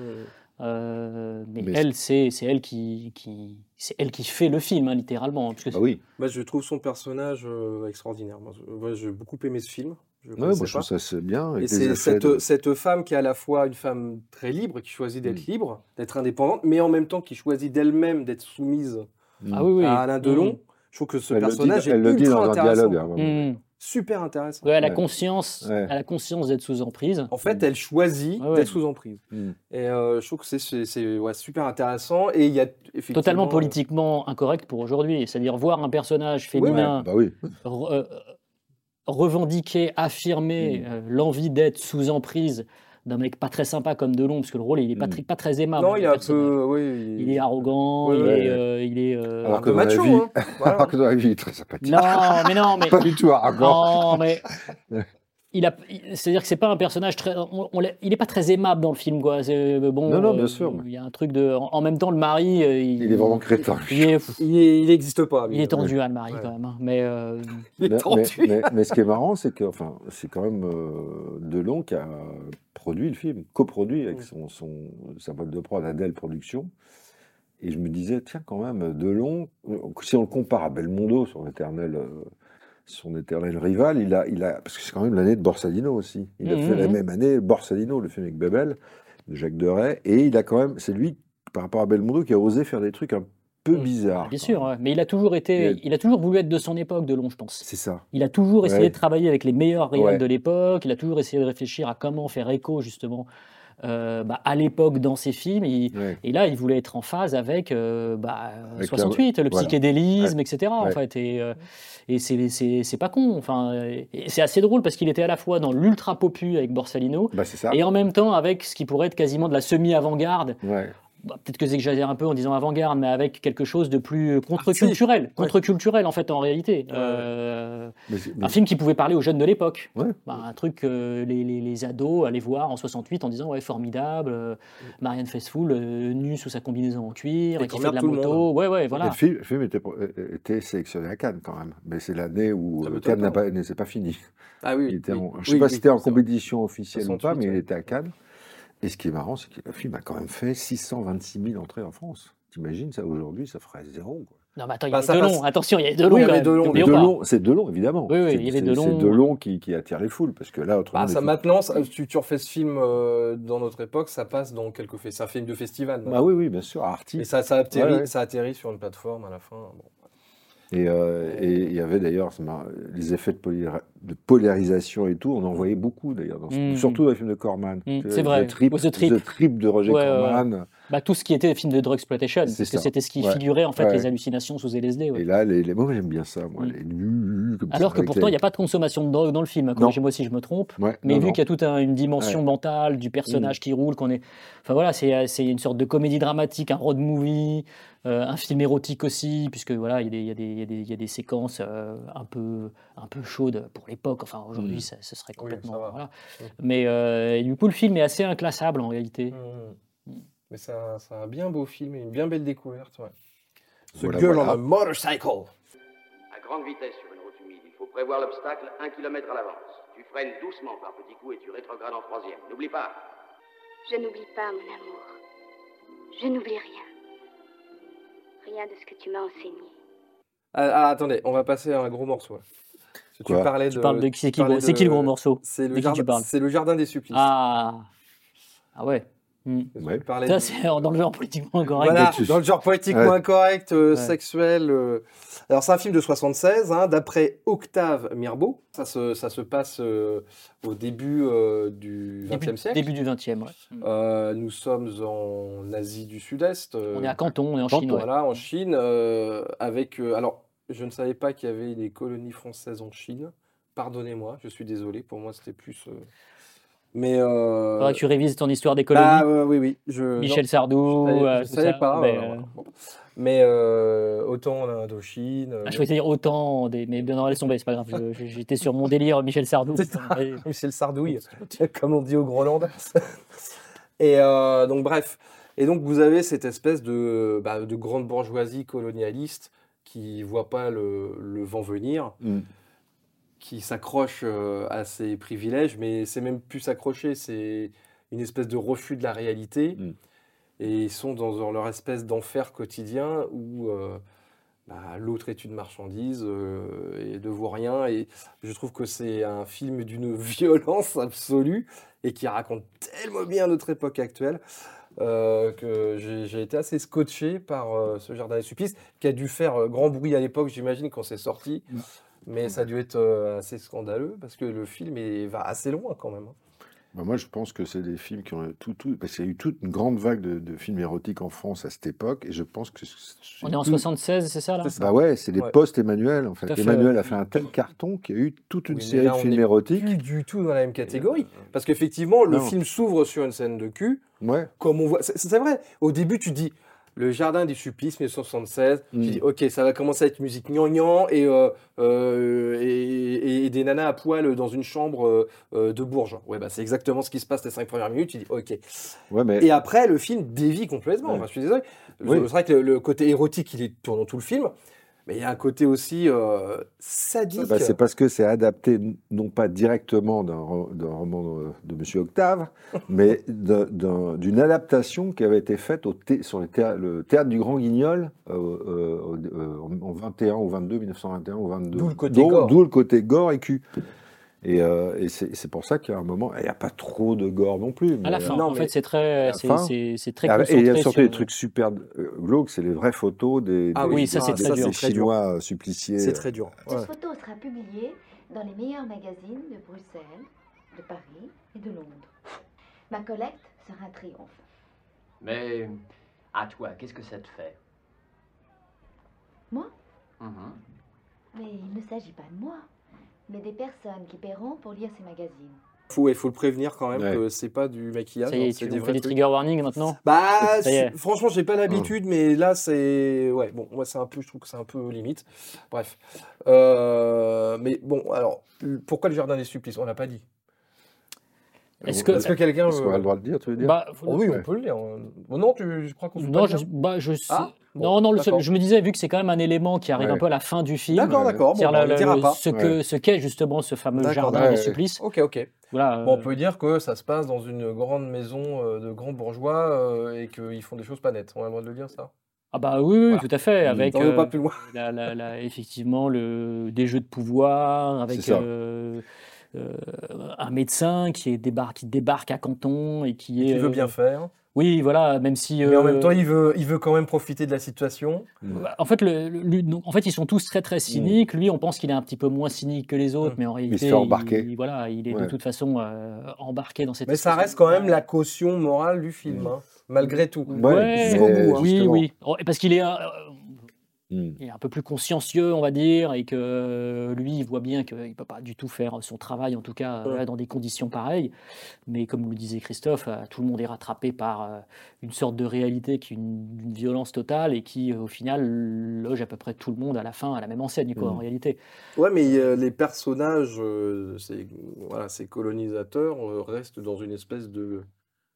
Euh, mais,
Mais
elle, c'est c'est elle qui, qui c'est elle qui fait le film hein, littéralement. hein, parce que
Bah oui,
Moi, je trouve son personnage euh, extraordinaire. Moi, je- moi, j'ai beaucoup aimé ce film. Je le
Ouais,
connaissais
moi, je
pas.
trouve ça c'est bien. avec
Et
les
c'est
effets
cette, euh,
de-
cette femme qui est à la fois une femme très libre, qui choisit d'être
Mm.
libre, d'être indépendante, mais en même temps qui choisit d'elle-même d'être soumise
Mm.
Ah oui, oui.
à Alain Delon. Je trouve que ce
Elle le dit-
personnage est
elle le dit
ultra
dans un
intéressant.
dialogue. hein. à un moment.
Mm.
Super intéressant.
Ouais, elle a
Ouais.
conscience,
Ouais.
elle a conscience d'être sous emprise.
En fait, elle choisit
Ah Ouais, ouais.
d'être sous emprise.
Mm.
Et euh, je trouve que c'est- c'est c'est, ouais, super intéressant. Et il y a effectivement,
Totalement
euh,
politiquement incorrect pour aujourd'hui, c'est-à-dire voir un personnage
Ouais,
féminin
bah oui.
re- euh, revendiquer, affirmer
Mm.
euh, l'envie d'être sous emprise d'un mec pas très sympa comme Delon, parce que le rôle il est pas,
Mm.
très, pas très aimable.
Non,
le
il est un
personnage.
peu. Oui,
Il est arrogant,
Ouais,
il,
ouais.
est, euh, il est, euh,
un
Alors que
peu
dans la
macho.
vie-
hein. Voilà.
Alors que dans la vie, il est très sympathique.
Non, mais non, mais
Pas du tout arrogant.
Non, Ah, mais. Il a, il- c'est-à-dire que c'est pas un personnage très, on, on l'a- il est pas très aimable dans le film quoi. C'est, euh, bon,
Non, non, bien sûr.
Il y a un truc de, en, en même temps le mari, euh, il,
Il est vraiment crétin.
il est,
Il est- il n'existe pas. lui.
il est tendu hein, le mari
Ouais.
quand même. hein. Mais euh,
Il est
Mais,
tendu.
mais- mais- mais ce qui est marrant, c'est que enfin, c'est quand même euh, Delon qui a produit le film, coproduit avec
Oui.
son, son, sa boîte de prod Adèle Productions. Et je me disais, tiens, quand même, Delon, euh, si on le compare à Belmondo, son éternel, euh, son éternel rival, il a, il a, parce que c'est quand même l'année de Borsalino aussi. Il a
Mhm,
fait la
mhm.
même année Borsalino, le film avec Bebel, de Jacques Deray. Et il a quand même, c'est lui, par rapport à Belmondo, qui a osé faire des trucs un peu
Mhm.
bizarres.
bien
quand
sûr,
même.
ouais. mais il a toujours été,
Ah. Il
il a toujours voulu être de son époque, Delon, je pense.
C'est ça.
Il a toujours essayé
Ouais.
de travailler avec les meilleurs réels
Ouais.
de l'époque. Il a toujours essayé de réfléchir à comment faire écho justement euh, bah, à l'époque dans ses films. Il-
Ouais.
Et là, il voulait être en phase avec, euh, bah,
Avec
68, le
voilà.
psychédélisme, etc. En
Ouais.
fait, et, euh, et c'est- c'est c'est pas con. Enfin, euh, et c'est assez drôle parce qu'il était à la fois dans l'ultra popu avec Borsalino
Bah, c'est ça.
et en même temps avec ce qui pourrait être quasiment de la semi avant-garde.
Ouais.
Bah, Peut-être que j'exagère un peu en disant avant-garde, mais avec quelque chose de plus contre-culturel, contre-culturel en fait en réalité. Euh,
Mais c'est-
un film qui pouvait parler aux jeunes de l'époque.
Ouais.
Bah, un truc que les, les- les ados allaient voir en 68 en disant Ouais, formidable, euh, Marianne Faithfull euh, nue sous sa combinaison en cuir,
Et
et qui
qui
fait de la
emmerde tout le
moto. Ouais, ouais,
Et
voilà.
Le film, le film était, pro- euh, était sélectionné à Cannes quand même, mais c'est l'année où
Ça
euh,
m'étonne
Cannes n'a
pas.
pas, n'est- c'est pas fini.
Ah oui,
Il
oui,
était
oui.
en- je ne sais
Oui,
pas
oui,
si c'était en
c'est vrai.
compétition officielle ou pas,
68,
mais il
ouais.
était à Cannes. Et ce qui est marrant, c'est que le film a quand même fait 626 000 entrées en France. T'imagines ça aujourd'hui, ça ferait zéro. Quoi.
Non, mais attends, il y
Bah,
avait
ça
Delon,
passe.
attention, il y avait Delon.
Oui, il y
quand
avait
même,
Delon, mais
n'oublions pas.
Delon, c'est Delon évidemment.
Oui, oui,
C'est-
il y avait
c'est-
Delon.
C'est Delon qui, qui attire les foules parce que là, autrement,
Bah,
les
ça,
foules-
maintenant, ça- tu, tu refais ce film euh, dans notre époque, ça passe dans quelques faits. C'est un film de festival.
Bah
maintenant.
oui, oui, bien sûr, Artie.
Et ça, ça, atterrit,
Ouais, ouais.
ça atterrit sur une plateforme à la fin. Bon.
Et euh, et il y avait d'ailleurs c'est marrant, les effets de, polyra- de polarisation et tout, on en voyait beaucoup d'ailleurs, dans ce-
Mm.
surtout dans les films de Corman.
Mm,
Tu
c'est
vois,
vrai.
The Trip,
Oh, The Trip.
The Trip de Roger
Ouais, ouais,
Corman.
Bah, tout ce qui était film de drug exploitation,
C'est
parce que
ça.
c'était ce qui
Ouais.
figurait en fait
Ouais.
les hallucinations sous LSD. ouais.
Et là, les, les... moi j'aime bien ça, moi,
Mm.
les nus, comme ça,
Alors que
avec
pourtant, il
les-
n'y a pas de consommation de drogue dans le film. hein, Corrigez-moi si je me trompe.
Ouais,
Mais
non,
vu
non. Mm.
qu'il y a toute un- une dimension mentale du personnage qui roule, qu'on est. Enfin voilà, c'est euh, c'est une sorte de comédie dramatique, un road movie, euh, un film érotique aussi, puisque voilà, il y a des, il y a des- il y a des- il y a des séquences euh, un, peu, un peu chaudes pour les l'époque. Enfin, aujourd'hui,
Mm.
ça- ce serait
ça
complètement.
va.
voilà.
Mm.
Mais euh, du coup, le film est assez inclassable en réalité.
Mm. Mais c'est un, c'est un bien beau film et une bien belle découverte. Ouais. Se
Voilà,
gueule
voilà.
en un motorcycle.
À grande vitesse sur une route humide, il faut prévoir l'obstacle un kilomètre à l'avance. Tu freines doucement par petits coups et tu rétrogrades en troisième. N'oublie pas.
Je n'oublie pas, mon amour. Je n'oublie rien. Rien de ce que tu m'as enseigné.
Ah, ah, attendez, on va passer à un gros morceau. là. Parce que
Quoi
tu parlais de,
Tu parles de qui c'est qui,
parlais
gros- c'est qui
de-
le gros morceau
C'est
De
le,
qui tu
jardin,
parles
c'est le jardin des supplices.
Ah Ah ouais. Mm.
Ouais.
Tu parlais
Ça,
de-
c'est dans le genre politiquement correct.
Voilà,
Des-
dans le genre poétiquement
Ouais.
incorrect, euh,
Ouais.
sexuel. euh. Alors, c'est un film de 76, hein, d'après Octave Mirbeau. Ça se, ça se passe euh, au début euh, du
Début,
XXe siècle.
début du 20e. ouais. Mm.
Euh, nous sommes en Asie du Sud-Est.
on
euh,
est à Canton, on est en
Canton,
Chine. ouais.
Voilà, en Chine, euh, avec... euh, alors, je ne savais pas qu'il y avait des colonies françaises en Chine. Pardonnez-moi, je suis désolé. Pour moi, c'était plus... euh, Mais... euh,
Faudrait que tu révises ton histoire des colonies.
bah, euh, oui, oui. Je,
Michel Sardou.
non, je
euh,
savais, je
tout
savais
ça,
pas. euh,
mais, euh,
voilà, bon. Mais euh, autant en Indochine... euh,
Ah, je voulais dire autant des. Mais bien, on va laisser tomber, c'est pas grave. je- je- J'étais sur mon délire, Michel Sardou.
C'est ça. Michel Sardouille, comme on dit au Groenland. et euh, donc, bref. Et donc, vous avez cette espèce de, bah, de grande bourgeoisie colonialiste qui voit pas le, le vent venir,
Mm.
qui s'accroche euh, à ses privilèges, mais c'est même plus s'accrocher, c'est une espèce de refus de la réalité.
Mm.
Et ils sont dans, dans leur espèce d'enfer quotidien où euh, bah, l'autre est une marchandise euh, et ne vaut rien. Et je trouve que c'est un film d'une violence absolue et qui raconte tellement bien notre époque actuelle euh, que j'ai j'ai été assez scotché par euh, ce Jardin des Supplices qui a dû faire euh, grand bruit à l'époque, j'imagine, quand c'est sorti.
Mm.
Mais ça a dû être euh, assez scandaleux parce que le film est- va assez loin quand même. hein.
Bah, moi, je pense que c'est des films qui ont tout, tout, parce qu'il y a eu toute une grande vague de, de films érotiques en France à cette époque, et je pense que c'est-
On est en
tout-
76, c'est ça là
C'est ça.
Bah ouais, c'est les
Ouais.
post-Emmanuel en fait.
Tout à fait.
Emmanuel a fait un tel carton qu'il y a eu toute une
Oui, mais
série
là,
de
on
films
est
érotiques.
Plus du tout dans la même catégorie. Parce qu'effectivement, le
euh, Non.
film s'ouvre sur une scène de cul.
Ouais.
comme on voit. C'est c'est vrai, au début, tu dis le jardin des supplices 1976.
Mm.
Tu dis, ok, ça va commencer à être musique gnangnan et, euh, euh, et, et des nanas à poil dans une chambre euh, euh, de Bourges. Ouais, bah, c'est exactement ce qui se passe les cinq premières minutes. Tu dis, ok.
oh.
Ouais, mais
Et après, le film dévie complètement.
Ouais.
Enfin, je suis désolé. Le-
Oui.
C'est vrai que le, le côté érotique, il est tournant tout le film. Mais il y a un côté aussi euh, sadique.
Bah, c'est parce que c'est adapté n- non pas directement d'un ro- d'un roman de, de Monsieur Octave, mais d'un- d'un- d'une adaptation qui avait été faite au thé- sur le, thé- le théâtre du Grand Guignol euh, euh, au- euh, en 21 ou 22, 1921 ou 22.
D'où le côté
D'où-
gore.
D'où le côté gore et cul. Et, euh, et c'est c'est pour ça qu'il y a un moment, il n'y a pas trop de gore non plus.
À
mais,
la
euh,
fin,
non,
en
mais
fait, c'est très,
la
c'est-
fin-
c'est c'est très
Ah,
concentré.
et il y a surtout
sur-
des trucs super euh, glauques, c'est les vraies photos des,
Ah
des-
oui, ça,
des-
c'est
des-
très dur,
des
très dur.
Chinois euh, suppliciés.
C'est très dur.
Cette
Ouais.
photo sera publiée dans les meilleurs magazines de Bruxelles, de Paris et de Londres. Ma collecte sera un triomphe.
Mais à toi, qu'est-ce que ça te fait
Moi Mais il ne s'agit pas de moi, mais des personnes qui paieront pour lire ces magazines.
Faut, il faut le prévenir quand même
Ouais.
que c'est pas du maquillage.
Ça y
hein,
est,
c'est
tu
des
on
vrais
fait des
trucs.
trigger warnings maintenant.
Bah,
Ça y est.
c'est- franchement, j'ai pas l'habitude, mais là, c'est. Ouais, bon, moi, c'est un peu. Je trouve que c'est un peu limite. Bref. Euh, mais bon, alors, pourquoi le jardin des supplices On l'a pas dit.
Est-ce que,
Est-ce que quelqu'un.
Est-ce qu'on a
veut-
le droit de le dire, tu veux dire
euh, bah,
Oh oui,
Ouais.
on peut le dire. Oh non, tu, je crois qu'on peut
non,
pas
je,
le dire.
bah, je, sais-
Ah, bon,
non, non, le seul-
d'accord.
je me disais vu que c'est quand même un élément qui arrive
Ouais.
un peu à la fin du film.
D'accord,
euh,
d'accord. Bon,
C'est-à-dire
bah, on
le-
le dira
le-
pas.
ce que ce qu'est justement ce fameux
D'accord,
jardin
ouais,
des
ouais.
supplices.
Ok, ok.
Voilà.
Bon, on
euh,
peut dire que ça se passe dans une grande maison euh, de grands bourgeois euh, et qu'ils font des choses pas nettes. On a le droit de le dire, ça
Ah bah oui, oui,
Voilà.
tout à fait.
Mm.
Avec
On ne
euh,
pas plus loin.
la- la- la- effectivement le, des jeux de pouvoir, avec
C'est ça.
euh, euh, un médecin qui, est débarque, qui débarque à Canton et qui est.
Il veut
euh,
bien faire.
Oui, voilà, même si.
Mais en
euh,
même temps, il veut, il veut quand même profiter de la situation.
bah, En fait, le, le- lui- non, en fait, ils sont tous très
Hmm.
très cyniques. Lui, on pense qu'il est un petit peu moins cynique que les autres,
Mm.
mais en réalité,
se fait embarquer.
il- voilà, il est de
Ouais.
toute façon euh, embarqué dans cette.
Mais ça
espèce de-
reste quand même la caution morale du film,
Mm.
hein, malgré tout.
Ouais,
Jusqu'au bout, hein.
oui,
justement.
oui. Oh, et Parce qu'il est. euh,
Hmm.
il est un peu plus consciencieux, on va dire, et que euh, lui, il voit bien qu'il ne peut pas du tout faire son travail, en tout cas euh, dans des conditions pareilles. Mais comme le disait Christophe, euh, tout le monde est rattrapé par euh, une sorte de réalité qui est une, une violence totale et qui, euh, au final, loge à peu près tout le monde à la fin, à la même enseigne, quoi,
Mhm.
Mmh.
en réalité.
Ouais, mais euh, les personnages, euh, ces, voilà, ces colonisateurs, euh, restent dans une espèce de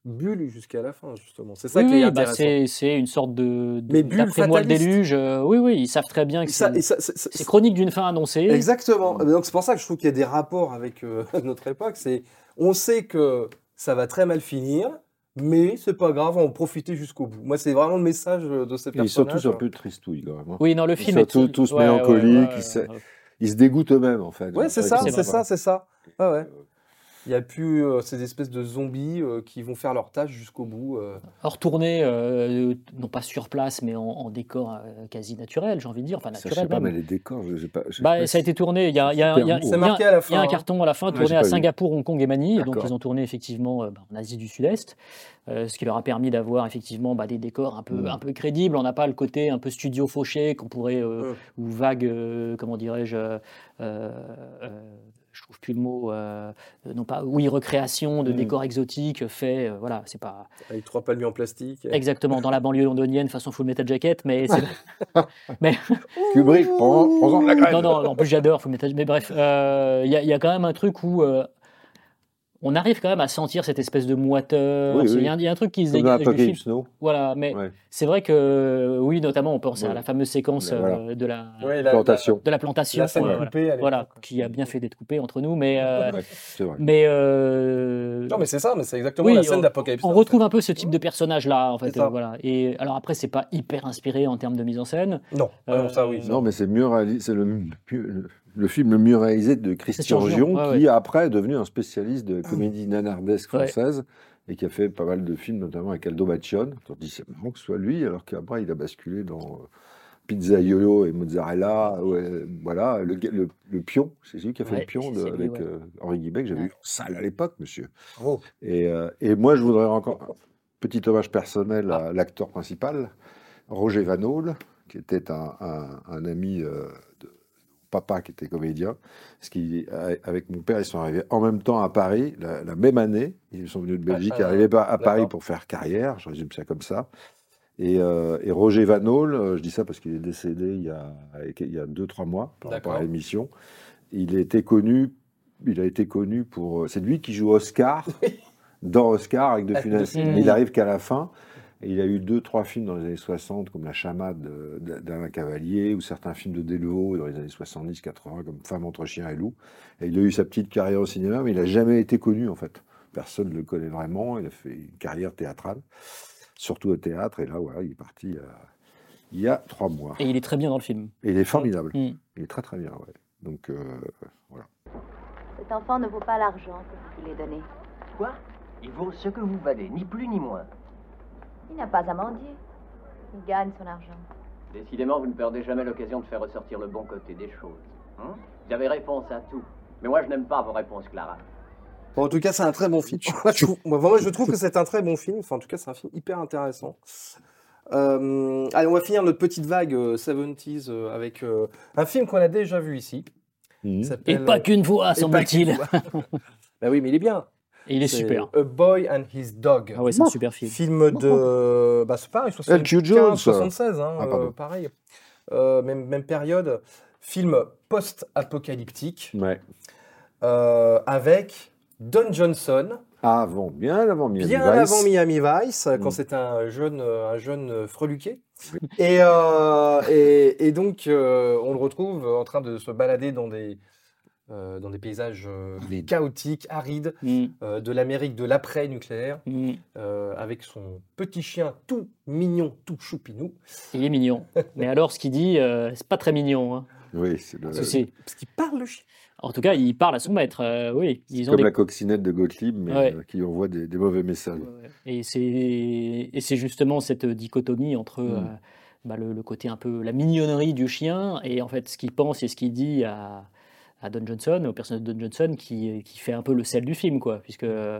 bulle jusqu'à la fin, justement. C'est ça
Oui,
qui est
oui, bah,
intéressant.
c'est c'est une sorte de. de-
Mais bulle
D'après-moi, le
fataliste.
déluge. euh, oui, oui, ils savent très bien que
Et ça-
c'est
et ça- c'est- c'est-
c'est chronique d'une fin annoncée.
Exactement. Donc c'est pour ça que je trouve qu'il y a des rapports avec euh, notre époque. C'est, on sait que ça va très mal finir, mais c'est pas grave, on va en profiter jusqu'au bout. Moi, c'est vraiment le message euh, de ces
Ils sont
personnages.
tous un peu tristouilles, quand même. hein.
Oui, non, le
Ils
film
sont
est
tous- tous
ouais, ouais, ouais,
mélancoliques,
ouais,
ils se-
ouais.
Ils se dégoûtent eux-mêmes, en fait.
Ouais, c'est
Ils
ça,
sont-
c'est
c'est
vrai.
ça, c'est ça. Ah ouais. Il n'y a plus euh, ces espèces de zombies euh, qui vont faire leur tâche jusqu'au bout. euh.
Alors, retourner, euh, non pas sur place, mais en, en décor euh, quasi naturel, j'ai envie de dire, enfin
Ça, je sais
naturel
pas,
même.
mais les décors, je sais pas. je sais
Bah,
pas
ça a
si-
été tourné. Il y a, il y a-
super
il y a-
beau.
il y
C'est
a-
marqué à la
il y a
fin.
un
hein.
carton à la fin
Ouais, j'ai
tourné à
pas vu.
Singapour, Hong Kong et Manille. Donc,
D'accord.
ils ont tourné effectivement euh, bah, en Asie du Sud-Est, euh, ce qui leur a permis d'avoir effectivement bah, des décors un peu,
Mm.
un peu crédibles. On n'a pas le côté un peu studio fauché qu'on pourrait, euh,
Ouais.
ou vague, euh, comment dirais-je, euh, euh, je trouve plus le mot, euh, non pas, oui, recréation de
Mm.
décors exotiques fait, euh, voilà, c'est pas.
hein, Avec trois palmiers en plastique.
Exactement, dans la banlieue londonienne, façon Full Metal Jacket, mais c'est-
Kubrick, prends- prends-en de la graine.
non, non, en plus j'adore Full Metal mais bref, euh, il y, a- il y a quand même un truc où euh, on arrive quand même à sentir cette espèce de moiteur,
Oui,
c'est- il
oui.
y, a un- il y a un truc qui se
Comme
dégage
dans
du film,
Apocalypse Now.
voilà, mais
Ouais.
c'est vrai que, euh, oui, notamment on pense à
Ouais.
la fameuse séquence
Mais voilà.
euh, de, la,
Ouais, la, la,
Plantation.
de la plantation,
la scène
ouais,
ouais,
voilà,
coupée. à l'époque,
Voilà,
quoi.
qui a bien fait d'être coupée entre nous, mais... euh,
Ouais, c'est vrai.
mais euh,
Non, mais c'est ça, mais c'est exactement
Oui,
la scène
on-
d'Apocalypse.
on
Now,
retrouve un peu ce type de personnage là en fait
C'est ça.
euh, voilà et alors après c'est pas hyper inspiré en termes de mise en scène
en fait. Non, ah non, ça oui.
Euh,
Non, mais c'est mieux réalisé. C'est le, mieux- le film le mieux réalisé de Christian
Christian Dior,
Gion,
ouais,
qui après est devenu un spécialiste de comédie nanardesque
Ouais.
française et qui a fait pas mal de films, notamment avec Aldo Baccione. On dit c'est marrant que ce soit lui, alors qu'après il a basculé dans euh, Pizzaiolo et Mozzarella. ouais, voilà, le, gars- le- le pion, c'est lui qui a fait
Ouais,
le pion
c'est
de-
lui,
avec
ouais.
euh, Henri Guibec. J'avais
Ouais.
vu en salle à l'époque, monsieur.
Bravo.
Et, euh, et moi, je voudrais encore un petit hommage personnel
Ah.
à l'acteur principal, Roger Van Hall, qui était un, un- un ami euh, de papa qui était comédien. Parce qu'il- a- avec mon père, ils sont arrivés en même temps à Paris, la, la même année. Ils sont venus de Belgique,
ah,
arrivés par- à
d'accord.
Paris pour faire carrière, je résume ça comme ça. Et, euh, et Roger Van Hall, euh, je dis ça parce qu'il est décédé il y a 2-3 mois par rapport à
D'accord.
l'émission. Il était connu, il a été connu pour. euh, C'est lui qui joue Oscar dans Oscar avec De
Avec De
Funès. Mm.
Funès.
Il arrive qu'à la fin. Et il a eu deux, trois films dans les années 60, comme La chamade de- de- d'Alain Cavalier, ou certains films de Delvaux dans les années 70, 80, comme Femme entre chien et loup. Et il a eu sa petite carrière au cinéma, mais il n'a jamais été connu, en fait. Personne ne le connaît vraiment. Il a fait une carrière théâtrale, surtout au théâtre. Et là, voilà, il est parti euh, il y a trois mois.
et il est très bien dans le film
Et il est formidable.
Mm.
Il est très, très bien, ouais. Donc, euh,
Cet enfant ne vaut pas l'argent que vous voulez donner.
Quoi Il vaut ce que vous valez, ni plus ni moins.
Il n'a pas à mendier. Il gagne son argent.
Décidément, vous ne perdez jamais l'occasion de faire ressortir le bon côté des choses. hein vous avez réponse à tout. Mais moi, je n'aime pas vos réponses, Clara.
Bon, en tout cas, c'est un très bon film. Moi, je trouve, moi, vraiment, je trouve que c'est un très bon film. Enfin, en tout cas, c'est un film hyper intéressant. Euh, allez, on va finir notre petite vague euh, 70s euh, avec euh, un film qu'on a déjà vu ici.
mhm.
Il
Mmh. et
s'appelle,
pas
euh,
qu'une voix
Et pas qu'une
semble-t-il
fois. bah oui, mais il est bien.
et il est super
A Boy and His Dog.
ah ouais c'est un super film
Film de. Bah, c'est pareil,
LQ Jones.
76, hein,
Ah, pardon.
euh, pareil. Euh, même, même période. Film post-apocalyptique
Ouais.
euh, avec Don Johnson.
Avant, bien avant Miami
bien
Vice.
avant Miami Vice, euh, quand
Mm.
c'était un jeune, euh, un jeune euh, freluqué.
Oui.
Et, euh, et, et donc, euh, on le retrouve en train de se balader dans des, euh, dans des paysages euh,
Arides.
chaotiques, arides,
Mm,
euh, de l'Amérique de l'après-nucléaire,
mm.
euh, avec son petit chien tout mignon, tout choupinou.
il est mignon mais alors ce qu'il dit euh, c'est pas très mignon hein.
Oui, c'est le-
Parce que c'est-
Parce qu'il parle le chien.
en tout cas il parle à son maître euh, oui
C'est
ils ont
comme
des
la coccinelle de Gottlieb, mais
Ouais.
euh, qui envoie des, des mauvais messages.
Et c'est et c'est justement cette dichotomie entre
Mm.
euh, bah, le, le côté un peu la mignonnerie du chien et en fait ce qu'il pense et ce qu'il dit à, à Don Johnson, au personnage de Don Johnson, qui, qui fait un peu le sel du film, quoi, puisque euh,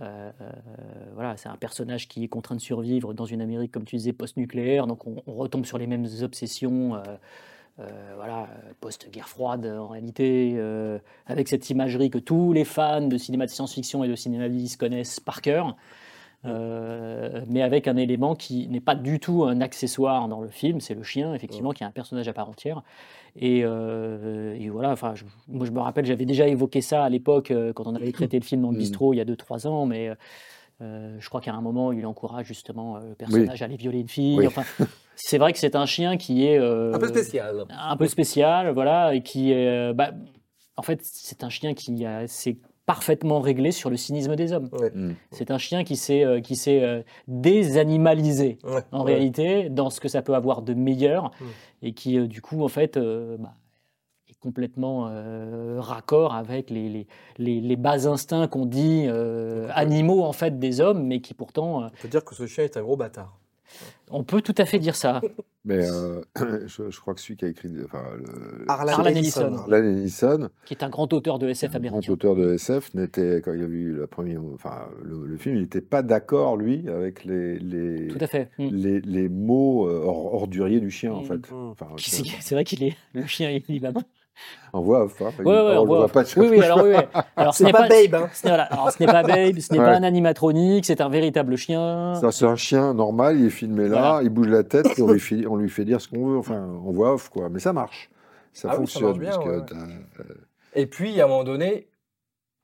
Euh, euh, voilà, c'est un personnage qui est contraint de survivre dans une Amérique, comme tu disais, post-nucléaire. Donc on, on retombe sur les mêmes obsessions. euh, euh, voilà, euh, post-guerre froide euh, en réalité, euh, avec cette imagerie que tous les fans de cinéma de science-fiction et de cinéma bis connaissent par cœur, euh, mais avec un élément qui n'est pas du tout un accessoire dans le film, c'est le chien, effectivement, qui est un personnage à part entière. Et, euh, et voilà, enfin, je- moi je me rappelle, j'avais déjà évoqué ça à l'époque euh, quand on avait traité le film dans le
Mm.
bistrot il y a 2-3 ans, mais. euh, euh, je crois qu'à un moment, il encourage justement euh, le personnage à aller violer une fille.
Oui.
Enfin, c'est vrai que c'est un chien qui est euh,
Un peu spécial.
un peu spécial, voilà, et qui est. bah, en fait, c'est un chien qui a- s'est parfaitement réglé sur le cynisme des hommes.
Ouais.
Mm.
C'est un chien qui s'est euh, qui s'est euh, désanimalisé
Ouais,
en
ouais.
réalité dans ce que ça peut avoir de meilleur
Hmm.
Mm.
et qui euh, du coup en fait euh, bah, est complètement euh, raccord avec les, les, les, les bas instincts qu'on dit euh, animaux en fait des hommes mais qui pourtant euh,
On peut dire que ce chien est un gros bâtard.
on peut tout à fait dire ça
Mais euh, je, je crois que celui qui a écrit. Enfin, le,
Harlan,
Harlan
Ellison.
Ellison.
Harlan Ellison,
qui est un grand auteur de SF
un grand
américain
auteur de SF, n'était, quand il a vu la première, enfin, le, le film, il n'était pas d'accord, lui, avec les, les,
tout à fait Mm.
les, les mots euh, or- orduriers du chien, en
Mm.
fait.
Mm.
Enfin,
Qui c'est c'est vrai qu'il est le chien il y va pas.
En voix off. hein,
Ouais, ouais,
on
on
le
voit.
voit pas
oui oui alors oui, oui. alors ce
C'est
n'est
pas,
pas,
Babe, hein.
ce n'est- voilà. Alors, ce n'est pas Babe, ce n'est
Ouais.
pas un animatronique, c'est un véritable chien.
Ça, C'est un chien normal, il est filmé là,
Voilà.
il bouge la tête, et on, lui fait, on lui fait dire ce qu'on veut, enfin, on voit off, quoi. Mais ça marche. Ça
Ah oui, ça
fonctionne.
marche bien,
parce que
ouais.
t'as- euh,
Et puis, à un moment donné,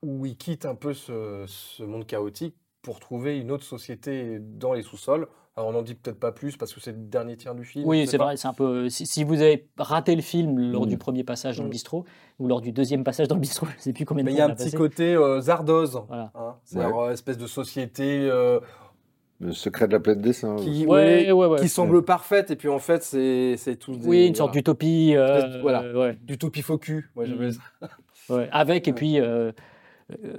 où il quitte un peu ce, ce monde chaotique pour trouver une autre société dans les sous-sols. Alors, on n'en dit peut-être pas plus parce que c'est le dernier tiers du film. je
Oui,
sais
c'est
pas.
vrai, c'est un peu. Si, si vous avez raté le film lors
Mm.
du premier passage dans
Mm.
le bistrot ou lors du deuxième passage dans le bistrot, je ne sais plus combien de
Mais il
temps
y a
on
un petit
passé.
côté euh, Zardoz.
Voilà.
hein. C'est-à-dire, euh, espèce de société euh,
le secret de la plaie de dessin.
qui, ouais,
Ouais, ouais, ouais.
qui semble parfaite. Et puis, en fait, c'est c'est tout. des-
Oui, une sorte
voilà,
d'utopie. euh,
Voilà.
ouais,
du tout pif au cul. Moi,
Mm.
j'appelle ça.
ouais. Avec, et
Ouais.
puis. euh, euh,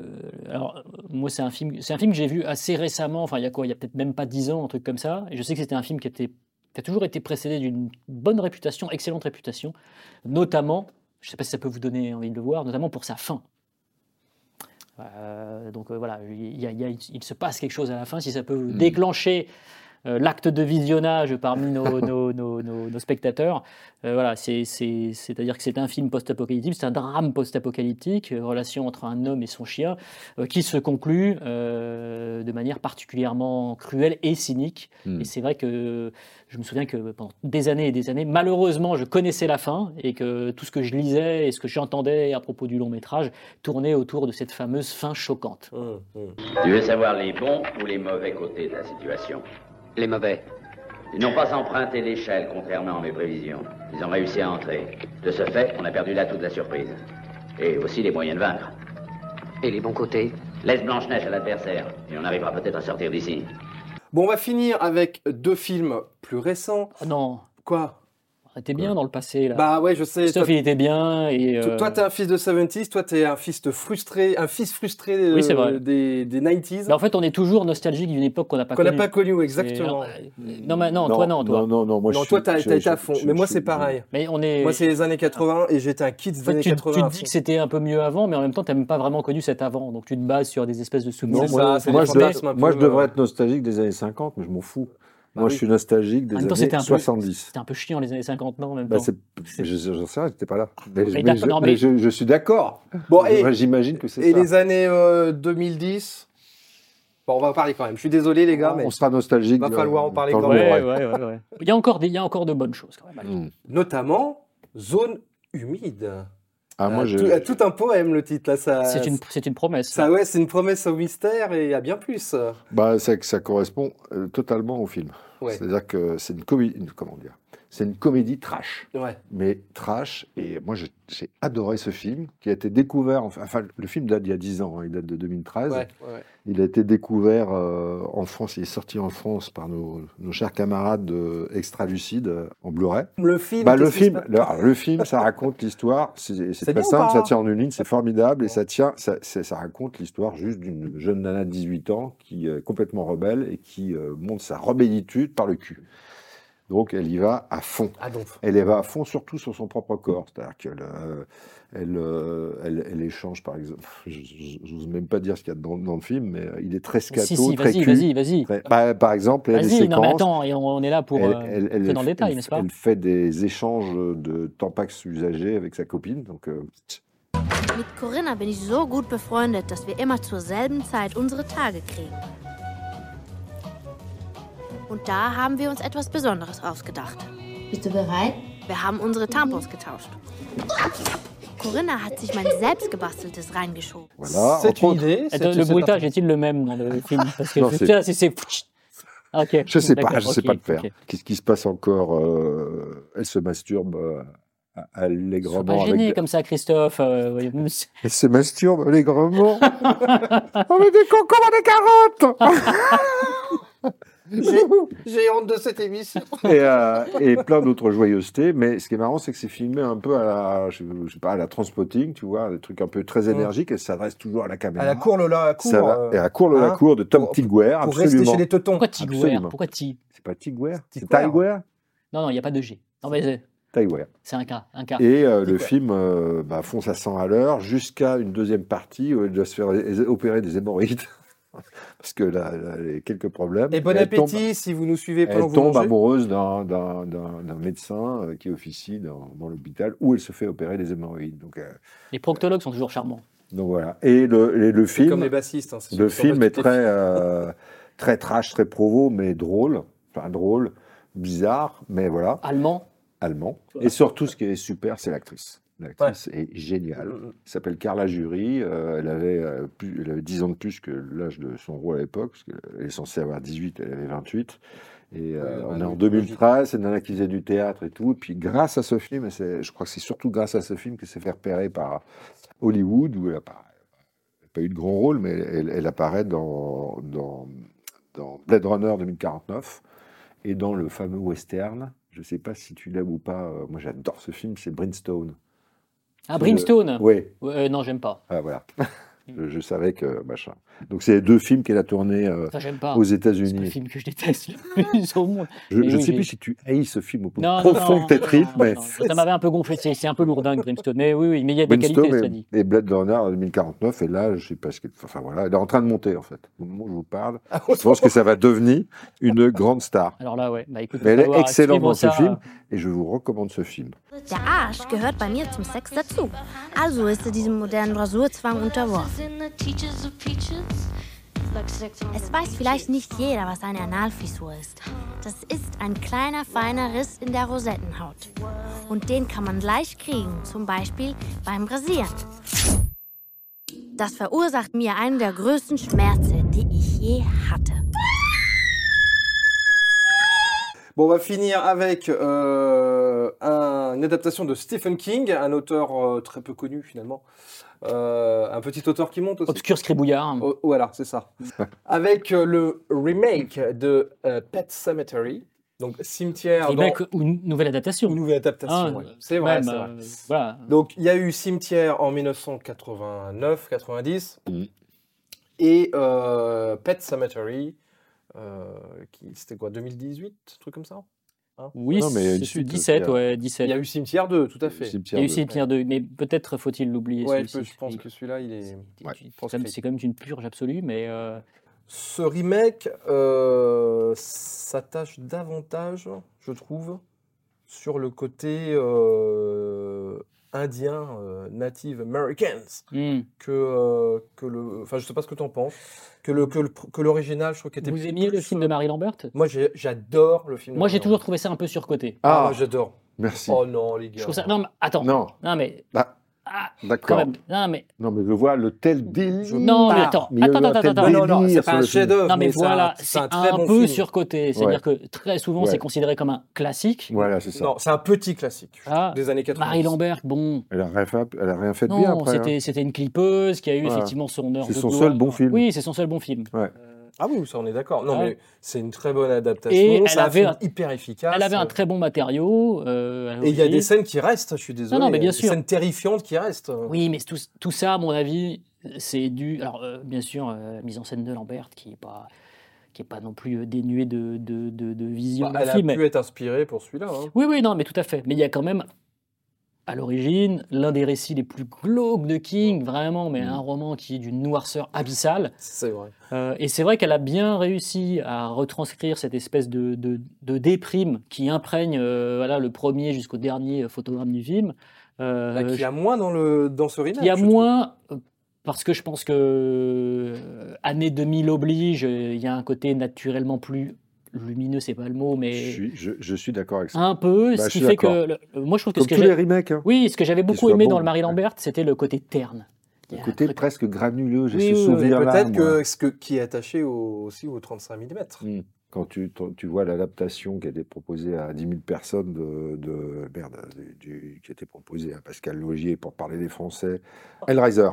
alors, euh, moi, c'est un film, c'est un film que j'ai vu assez récemment. Enfin, il y a quoi Il y a peut-être même pas dix ans, un truc comme ça. Et je sais que c'était un film qui était, qui a toujours été précédé d'une bonne réputation, excellente réputation, notamment. Je sais pas si ça peut vous donner envie de le voir, notamment pour sa fin. Euh, donc euh, voilà, il, y a- il y a- il se passe quelque chose à la fin. Si ça peut vous
Mm.
déclencher euh, l'acte de visionnage parmi nos, nos- nos- nos- nos spectateurs, euh, voilà, c'est- c'est- c'est-à-dire que c'est un film post-apocalyptique, c'est un drame post-apocalyptique, euh, relation entre un homme et son chien, euh, qui se conclut euh, de manière particulièrement cruelle et cynique.
Mm.
Et c'est vrai que je me souviens que pendant des années et des années, malheureusement, je connaissais la fin et que tout ce que je lisais et ce que j'entendais à propos du long métrage tournait autour de cette fameuse fin choquante.
Hum, hum.
mm.
Tu veux savoir les bons ou les mauvais côtés de la situation
Les mauvais.
Ils n'ont pas emprunté l'échelle, contrairement à mes prévisions. Ils ont réussi à entrer. De ce fait, on a perdu là toute la surprise. Et aussi les moyens de vaincre.
Et les bons côtés
Laisse Blanche-Neige à l'adversaire, et on arrivera peut-être à sortir d'ici.
Bon, on va finir avec deux films plus récents.
Oh non,
Quoi
on était bien dans le passé là.
Bah ouais, je sais.
Christophe,
toi-
il était bien et
Toi-
euh,
Toi, t'es un fils de 70s, toi, t'es un fils de frustré, un fils frustré euh,
Oui, c'est vrai.
des, des 90s,
bah, en fait, on est toujours nostalgique d'une époque qu'on n'a pas
qu'on n'a
connue.
pas connu,
C'est-
exactement.
alors, euh, Non, mais non, toi non, toi.
Non, non, non, moi
non,
je
toi,
suis-
t'as
je-
t'as été à
je-
fond,
je-
mais moi,
je-
c'est
je-
pareil.
Mais on est.
Moi, c'est les années 80 et j'étais un kid des
En fait,
années
tu, tu
80. à
te dis que c'était un peu mieux avant, mais en même temps, tu n'as même pas vraiment connu cet avant. Donc, tu te bases sur des espèces de souvenirs.
Non,
C'est
moi,
ça, c'est
moi,
les
je,
fantasmes un
moi,
peu,
je devrais
euh.
être nostalgique des années 50, mais je m'en fous.
Bah
moi,
oui.
je suis nostalgique des
En même temps,
années
c'était un peu-
70.
C'était un peu chiant les années 50, non en même
Bah,
temps.
c'est- je- J'en sais rien, j'étais pas là. Mais,
Mais
mais
d'accord,
je,
non,
mais
mais-
je- je suis d'accord.
Bon, et,
Moi, J'imagine que c'est
et
ça.
les années euh, 2010 Bon, on va en parler quand même. Je suis désolé, les gars, mais
On sera nostalgique.
va
de-
falloir en parler
dans
quand
le
même.
Blu-ray.
Il, y a encore des, il y a encore de bonnes choses quand même. Allez.
Mm.
notamment Zone humide.
Ah, moi,
Euh,
je-
tout, euh, tout un poème, le titre. là, ça,
C'est une, c'est une promesse.
ça, ouais, c'est une promesse au mystère et à bien plus.
Bah, c'est que ça correspond euh, totalement au film.
Ouais.
C'est-à-dire que c'est une comédie, une- comment dire, c'est une comédie trash,
Ouais.
mais trash. Et moi, je- j'ai adoré ce film qui a été découvert. Enfin, enfin, le film date d'il y a 10 ans, hein, il date de 2013.
Ouais, ouais.
Il a été découvert euh, en France, il est sorti en France par nos, nos chers camarades de Extra Lucide euh, en Blu-ray.
Le film.
Bah, le,
qu'est-ce qui se
film,
passe
le, alors, le film, ça raconte l'histoire, c'est c'est
C'est bien
très
ou
simple,
pas hein
ça tient en une ligne, c'est formidable, et ça, tient, ça, c'est- ça raconte l'histoire juste d'une jeune nana euh, de 18 ans qui est complètement rebelle et qui euh, montre sa rebellitude par le cul. Donc elle y va à fond.
Ah,
Elle y va à fond, surtout sur son propre corps. C'est-à-dire qu'elle euh, elle, euh, elle, elle échange, par exemple, je n'ose même pas dire ce qu'il y a dans, dans le film, mais euh, il est très scato,
si, si,
très
vas-y,
cul.
vas-y, vas-y.
Très- bah, par exemple, elle a des
Vas-y, non mais
séquences-
attends, et on, on est là pour euh, entrer dans le détail,
elle-
n'est-ce pas
elle fait des échanges de Tampax usagés avec sa copine. Donc, euh,
Mit Corinna bin ich so gut befreundet, dass wir immer zur selben Zeit unsere Tage kriegen. Und da haben wir uns etwas Besonderes ausgedacht.
Bist du bereit?
Wir haben unsere Tampons getauscht. Corinna hat sich mein selbstgebasteltes reingeschoben.
voilà.
C'est
entre
une
autres.
idée, Attends, Le bruitage est-il le même dans le film Parce que
Non,
je
c'est-
tiens, si c'est. Ok.
Je sais pas,
d'accord,
je sais
ok,
pas le faire.
ok.
Qu'est-ce qui se passe encore euh, Elle se masturbe euh, a-
Sois pas
allègrement.
gêné
Avec...
comme ça, Christophe. euh, voyons, même si-
Elle se masturbe allègrement. On met des concombres, des carottes
J'ai honte de cette émission.
et, euh, et plein d'autres joyeusetés. Mais ce qui est marrant, c'est que c'est filmé un peu à la, je, je sais pas, à la transpotting, tu vois, des trucs un peu très
Mm.
énergiques. Elle s'adresse toujours à la caméra.
À la cour, Lola, à cour.
Ça va.
euh,
Et à cour de la
hein,
cour de Tom Tigwer,
pour
absolument.
rester chez les teutons. Pourquoi
Tigwer Pourquoi Tig
C'est pas Tigwer C'est Tigwer
Non, non, il n'y a pas de G. Non, mais euh,
Tigwer.
c'est un cas. Un
Ah,
cas.
Et euh, le film euh, bah, fonce à 100 à l'heure jusqu'à une deuxième partie où elle doit se faire é- opérer des hémorroïdes parce que là, là, elle a quelques problèmes.
Et bon
Elle tombe-
appétit si vous nous suivez pendant
Elle
que vous
tombe
mangez.
amoureuse d'un- d'un d'un- d'un médecin euh, qui officie dans, dans l'hôpital où elle se fait opérer des hémorroïdes. Donc, euh,
Les proctologues sont toujours charmants.
donc voilà. Et le, et le
C'est
film,
Comme les bassistes. hein, c'est
le
sûr, sur
film est
tout
très, euh, très trash, très provo, mais drôle. Enfin, drôle, bizarre, mais voilà.
Allemand.
Allemand. Et surtout, ce qui est super, c'est l'actrice. L'actrice est géniale. Elle s'appelle Carla Jury. euh, elle, avait, euh, plus- elle avait 10 ans de plus que l'âge de son rôle à l'époque, parce qu'elle est censée avoir 18, elle avait 28. Et euh, on est en 2013, c'est une nana qui faisait du théâtre et tout. Et puis grâce à ce film, et c'est- je crois que c'est surtout grâce à ce film qu'elle s'est fait repérer par Hollywood, où elle n'a pas, elle a pas eu de grand rôle, mais elle, elle apparaît dans, dans, dans Blade Runner 2049 et dans le fameux western. Je ne sais pas si tu l'aimes ou pas, euh, moi j'adore ce film, c'est Brimstone.
Ah, Brimstone
Oui,
Ouais, euh, Non, j'aime pas.
ah, voilà. je, je savais que machin. Donc c'est les deux films qu'elle a tournés euh,
Ça, j'aime pas.
aux
Ah, C'est le
États-Unis.
film que je déteste le plus au monde.
Je
Mais
ne
oui,
sais
j'ai-
plus si tu haïs ce film au plus
Non, non,
profond
non,
de tes
non,
tripes,
non,
mais
non, Ça m'avait un peu gonflé. C'est c'est un peu lourdingue, Brimstone. Mais oui, oui, mais il y a des qualités,
Brimstone
cela
et,
dit.
et Blade Runner en 2049, et là, je sais pas ce qu'elle... Enfin voilà, elle est en train de monter en fait. Au moment où je vous parle,
Ah
je pense que ça va devenir une grande star.
Alors là, ouais. Bah, écoute,
Mais elle
va
est
falloir
excellente
suivre
dans ce
ça.
film, et je vous recommande ce film.
Der Arsch gehört bei mir zum Sex dazu. Also ist er diesem modernen Rasurzwang unterworfen. Es weiß vielleicht nicht jeder, was eine Analfissur ist. Das ist ein kleiner, feiner Riss in der Rosettenhaut. Und den kann man leicht kriegen, zum Beispiel beim Rasieren. Das verursacht mir einen der größten Schmerzen, die ich je hatte.
Bon, on va finir avec euh, un- une adaptation de Stephen King, un auteur euh, très peu connu finalement. Euh, un petit auteur qui monte aussi.
Obscur scribouillard.
voilà, c'est ça. Avec euh, le remake de euh, Pet Cemetery, donc cimetière.
Remake
dans-
ou une nouvelle adaptation.
Une nouvelle adaptation,
Ah,
ouais. c'est vrai,
même,
c'est vrai.
euh, voilà.
Donc il y a eu Cimetière en 1989-90
Mm.
et euh, Pet Cemetery, euh, qui c'était quoi 2018, un truc comme ça Hein
Oui,
Non, mais il y a une
c'est-
suite,
17,
parce qu'il y a-
ouais, 17.
Il y a eu Cimetière 2, tout à fait.
Il y a eu Cimetière 2, mais peut-être faut-il l'oublier.
Ouais,
celui-ci.
je pense que celui-là, il est.
C'est quand même- C'est quand même une purge absolue, mais euh,
Ce remake euh, s'attache davantage, je trouve, sur le côté euh, indien, euh, Native Americans,
Hmm.
que, euh, que le. Enfin, je sais pas ce que tu en penses. Que le- que le- que l'original, je trouve qu'il était.
vous aimiez le film de Marie Lambert
Moi, j'ai- j'adore le film. de
Moi, j'ai
Mario.
toujours trouvé ça un peu surcoté.
Ah, moi, j'adore.
Merci.
Oh non, les gars.
Je trouve ça. Non, mais attends.
Non.
Non, mais ah,
Bah,
quand
d'accord.
même. Non, mais
Non, mais je vois le tel délire.
Non, mais attends,
Mais il y a eu
attends,
un
attends,
tel
attends.
délire sur le film.
Non, mais, voilà, c'est un, peu surcoté. C'est-à-dire que très souvent,
Ouais.
c'est considéré comme un classique.
Voilà, c'est ça.
Non, c'est un petit classique
Ah,
des années 80.
Marie Lambert, bon.
Elle a rien fait, elle a rien fait de bien
Non,
après.
c'était
hein.
c'était une clippeuse qui a eu
Voilà.
effectivement son heure
C'est
de
son
gloire.
seul bon film.
Oui, c'est son seul bon film.
Ouais.
Ah oui, ça on est d'accord. Non,
Ah.
mais c'est une très bonne adaptation.
Et elle
ça
avait, un,
hyper efficace.
elle avait un très bon matériau. euh, à
Et il y a des
l'origine.
scènes qui restent, je suis désolé.
non, mais bien
des
sûr.
scènes terrifiantes qui restent.
Oui, mais tout, tout ça, à mon avis, c'est dû. Alors, euh, bien sûr, euh, la mise en scène de Lambert, qui est pas, qui n'est pas non plus euh, dénué de, de, de- de vision.
Bah,
de
elle a
film,
pu
mais-
être inspirée pour celui-là. hein.
Oui, oui, non, mais tout à fait. Mais il y a quand même, à l'origine, l'un des récits les plus glauques de King, vraiment,
Mm.
mais un roman qui est d'une noirceur abyssale.
C'est vrai.
Euh, et c'est vrai qu'elle a bien réussi à retranscrire cette espèce de, de- de déprime qui imprègne euh, voilà, le premier jusqu'au dernier euh, photogramme du film. Euh,
Bah, qu'il y a
je-
moins dans, le, dans ce remake.
il y a
je trouve.
moins, euh, parce que je pense que euh, année 2000 oblige, euh, il y a un côté naturellement plus lumineux, c'est pas le mot, mais
Je suis, je- je suis d'accord avec ça.
un peu,
Bah, je
ce qui
suis
fait que
d'accord.
le- le- moi je trouve que
Comme
ce que
tous les
j'ai-
remakes. hein.
oui, ce que j'avais
Qu'ils
beaucoup
soient
aimé
bons.
dans le Marie Lambert, c'était le côté terne.
Le côté presque granuleux, j'ai
Oui,
ce
oui, oui.
souvenir-là.
Peut-être
moi.
que ce que, qui est attaché au- aussi au 35 mm.
Mm. Quand tu, ton- tu vois l'adaptation qui a été proposée à 10 000 personnes, de, de- merde, du- du- qui a été proposée à Pascal Logier pour parler des Français,
Oh.
Hellraiser.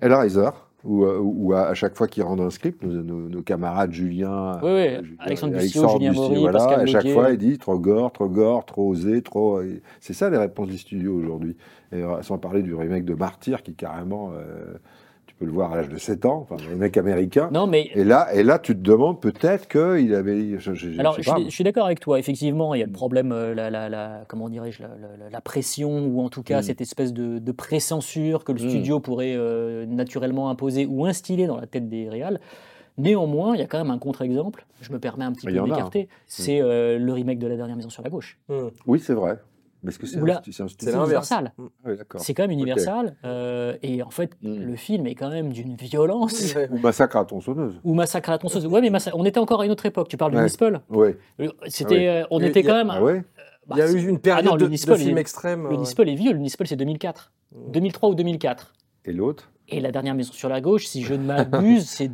Hellraiser, où, euh, où à, à chaque fois qu'ils rendent un script, nos, nos- nos camarades Julien, euh,
Oui, oui,
Julien-
Alexandre Bussio, Julien
Bustier,
Maury,
voilà,
Pascal
à chaque
Laugier.
fois, ils disent trop gore, trop gore, trop osé, trop. et C'est ça les réponses des studios aujourd'hui. Et euh, sans parler du remake de Martyr qui carrément. euh, tu peux le voir à l'âge de 7 ans, enfin, les mecs américains.
Non, mais
Et là, et là, tu te demandes peut-être qu'il avait. Je, je- je
Alors,
sais
je,
pas.
suis, je suis d'accord avec toi. Effectivement, il y a le problème, euh, la, la- la- comment dirais-je, la, la- la- la pression ou en tout cas
Mm.
cette espèce de, de pré-censure que le
Mm.
studio pourrait euh, naturellement imposer ou instiller dans la tête des réals. Néanmoins, il y a quand même un contre-exemple. Je me permets un petit
Il y
peu
en a,
d'écarter.
hein.
C'est euh, le remake de la dernière maison sur la gauche.
Oui, c'est vrai. Mais est-ce que c'est
Ou là,
un, stu- c'est un
c'est
studio
universal.
Mm.
Ah oui, d'accord.
C'est quand même
Ok. Hmm.
universal. euh, et en fait, le film est quand même d'une violence.
Ou massacre à la tronçonneuse.
Ou Massacre à la tronçonneuse. Ouais, mais Massa- on était encore à une autre époque. Tu parles du
Ouais.
Municipal.
Oui.
Euh,
Ah oui.
C'était, euh, on
Il y
était
a-
quand même.
Ah ouais
bah,
Il y a
c'est-
eu une
Ah
période
non,
de,
le Municipal,
de
il-
films extrêmes.
Le
euh,
Municipal est vieux, le Municipal c'est 2004. 2003 ou 2004.
Et l'autre
Et la dernière maison sur la gauche, si je ne m'abuse, c'est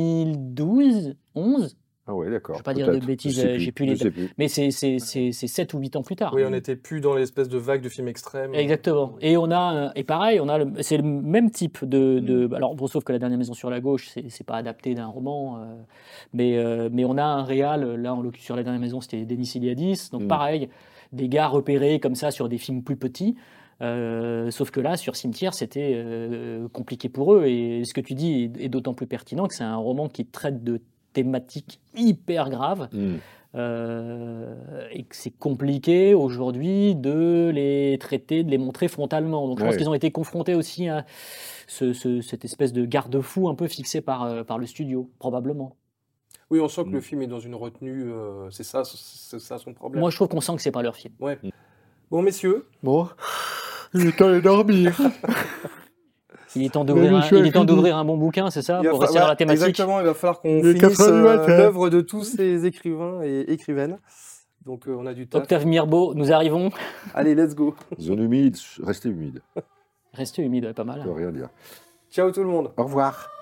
2012, 11.
Ah oui, d'accord.
Je ne vais pas dire de
peut-être.
bêtises,
Je sais
euh, j'ai plus les
je sais plus.
Mais c'est 7 ou 8 ans plus tard.
Oui, on n'était plus dans l'espèce de vague de films extrêmes.
Exactement. Et on a euh, et pareil, on a le- c'est le même type de, de- alors bon, sauf que la dernière maison sur la gauche, c'est c'est pas adapté d'un roman, euh, mais euh, mais on a un réal euh, là en l'occurrence sur la dernière maison, c'était Denis Iliadis, donc
Mm.
pareil, des gars repérés comme ça sur des films plus petits. euh, sauf que là, sur Cimetière, c'était euh, compliqué pour eux. Et ce que tu dis est, est d'autant plus pertinent que c'est un roman qui traite de thématiques hyper graves.
Mm.
Euh, et que c'est compliqué aujourd'hui de les traiter, de les montrer frontalement. Donc je pense
Ouais.
qu'ils ont été confrontés aussi à ce- ce- cette espèce de garde-fou un peu fixé par, euh, par le studio, probablement.
Oui, on sent que le film est dans une retenue. euh, c'est ça, c'est ça son problème.
Moi je trouve qu'on sent que c'est pas leur film.
Ouais. Bon, messieurs.
Bon,
Il est temps de dormir.
il est temps
Mais
d'ouvrir
le
un,
show
il
est
est temps
fini.
d'ouvrir un bon bouquin, c'est ça,
Il va
pour
fa-
rester dans
ouais,
la thématique.
Exactement, il va falloir qu'on
Il est
finisse
4 heures du
euh,
matin.
l'œuvre de tous ces écrivains et écrivaines. Donc euh, on a du temps.
Octave Mirbeau, nous arrivons.
Allez, let's go.
Zone humide, restez humide.
Restez humide, ouais, pas mal.
Je peux rien dire.
Ciao tout le monde.
Au revoir.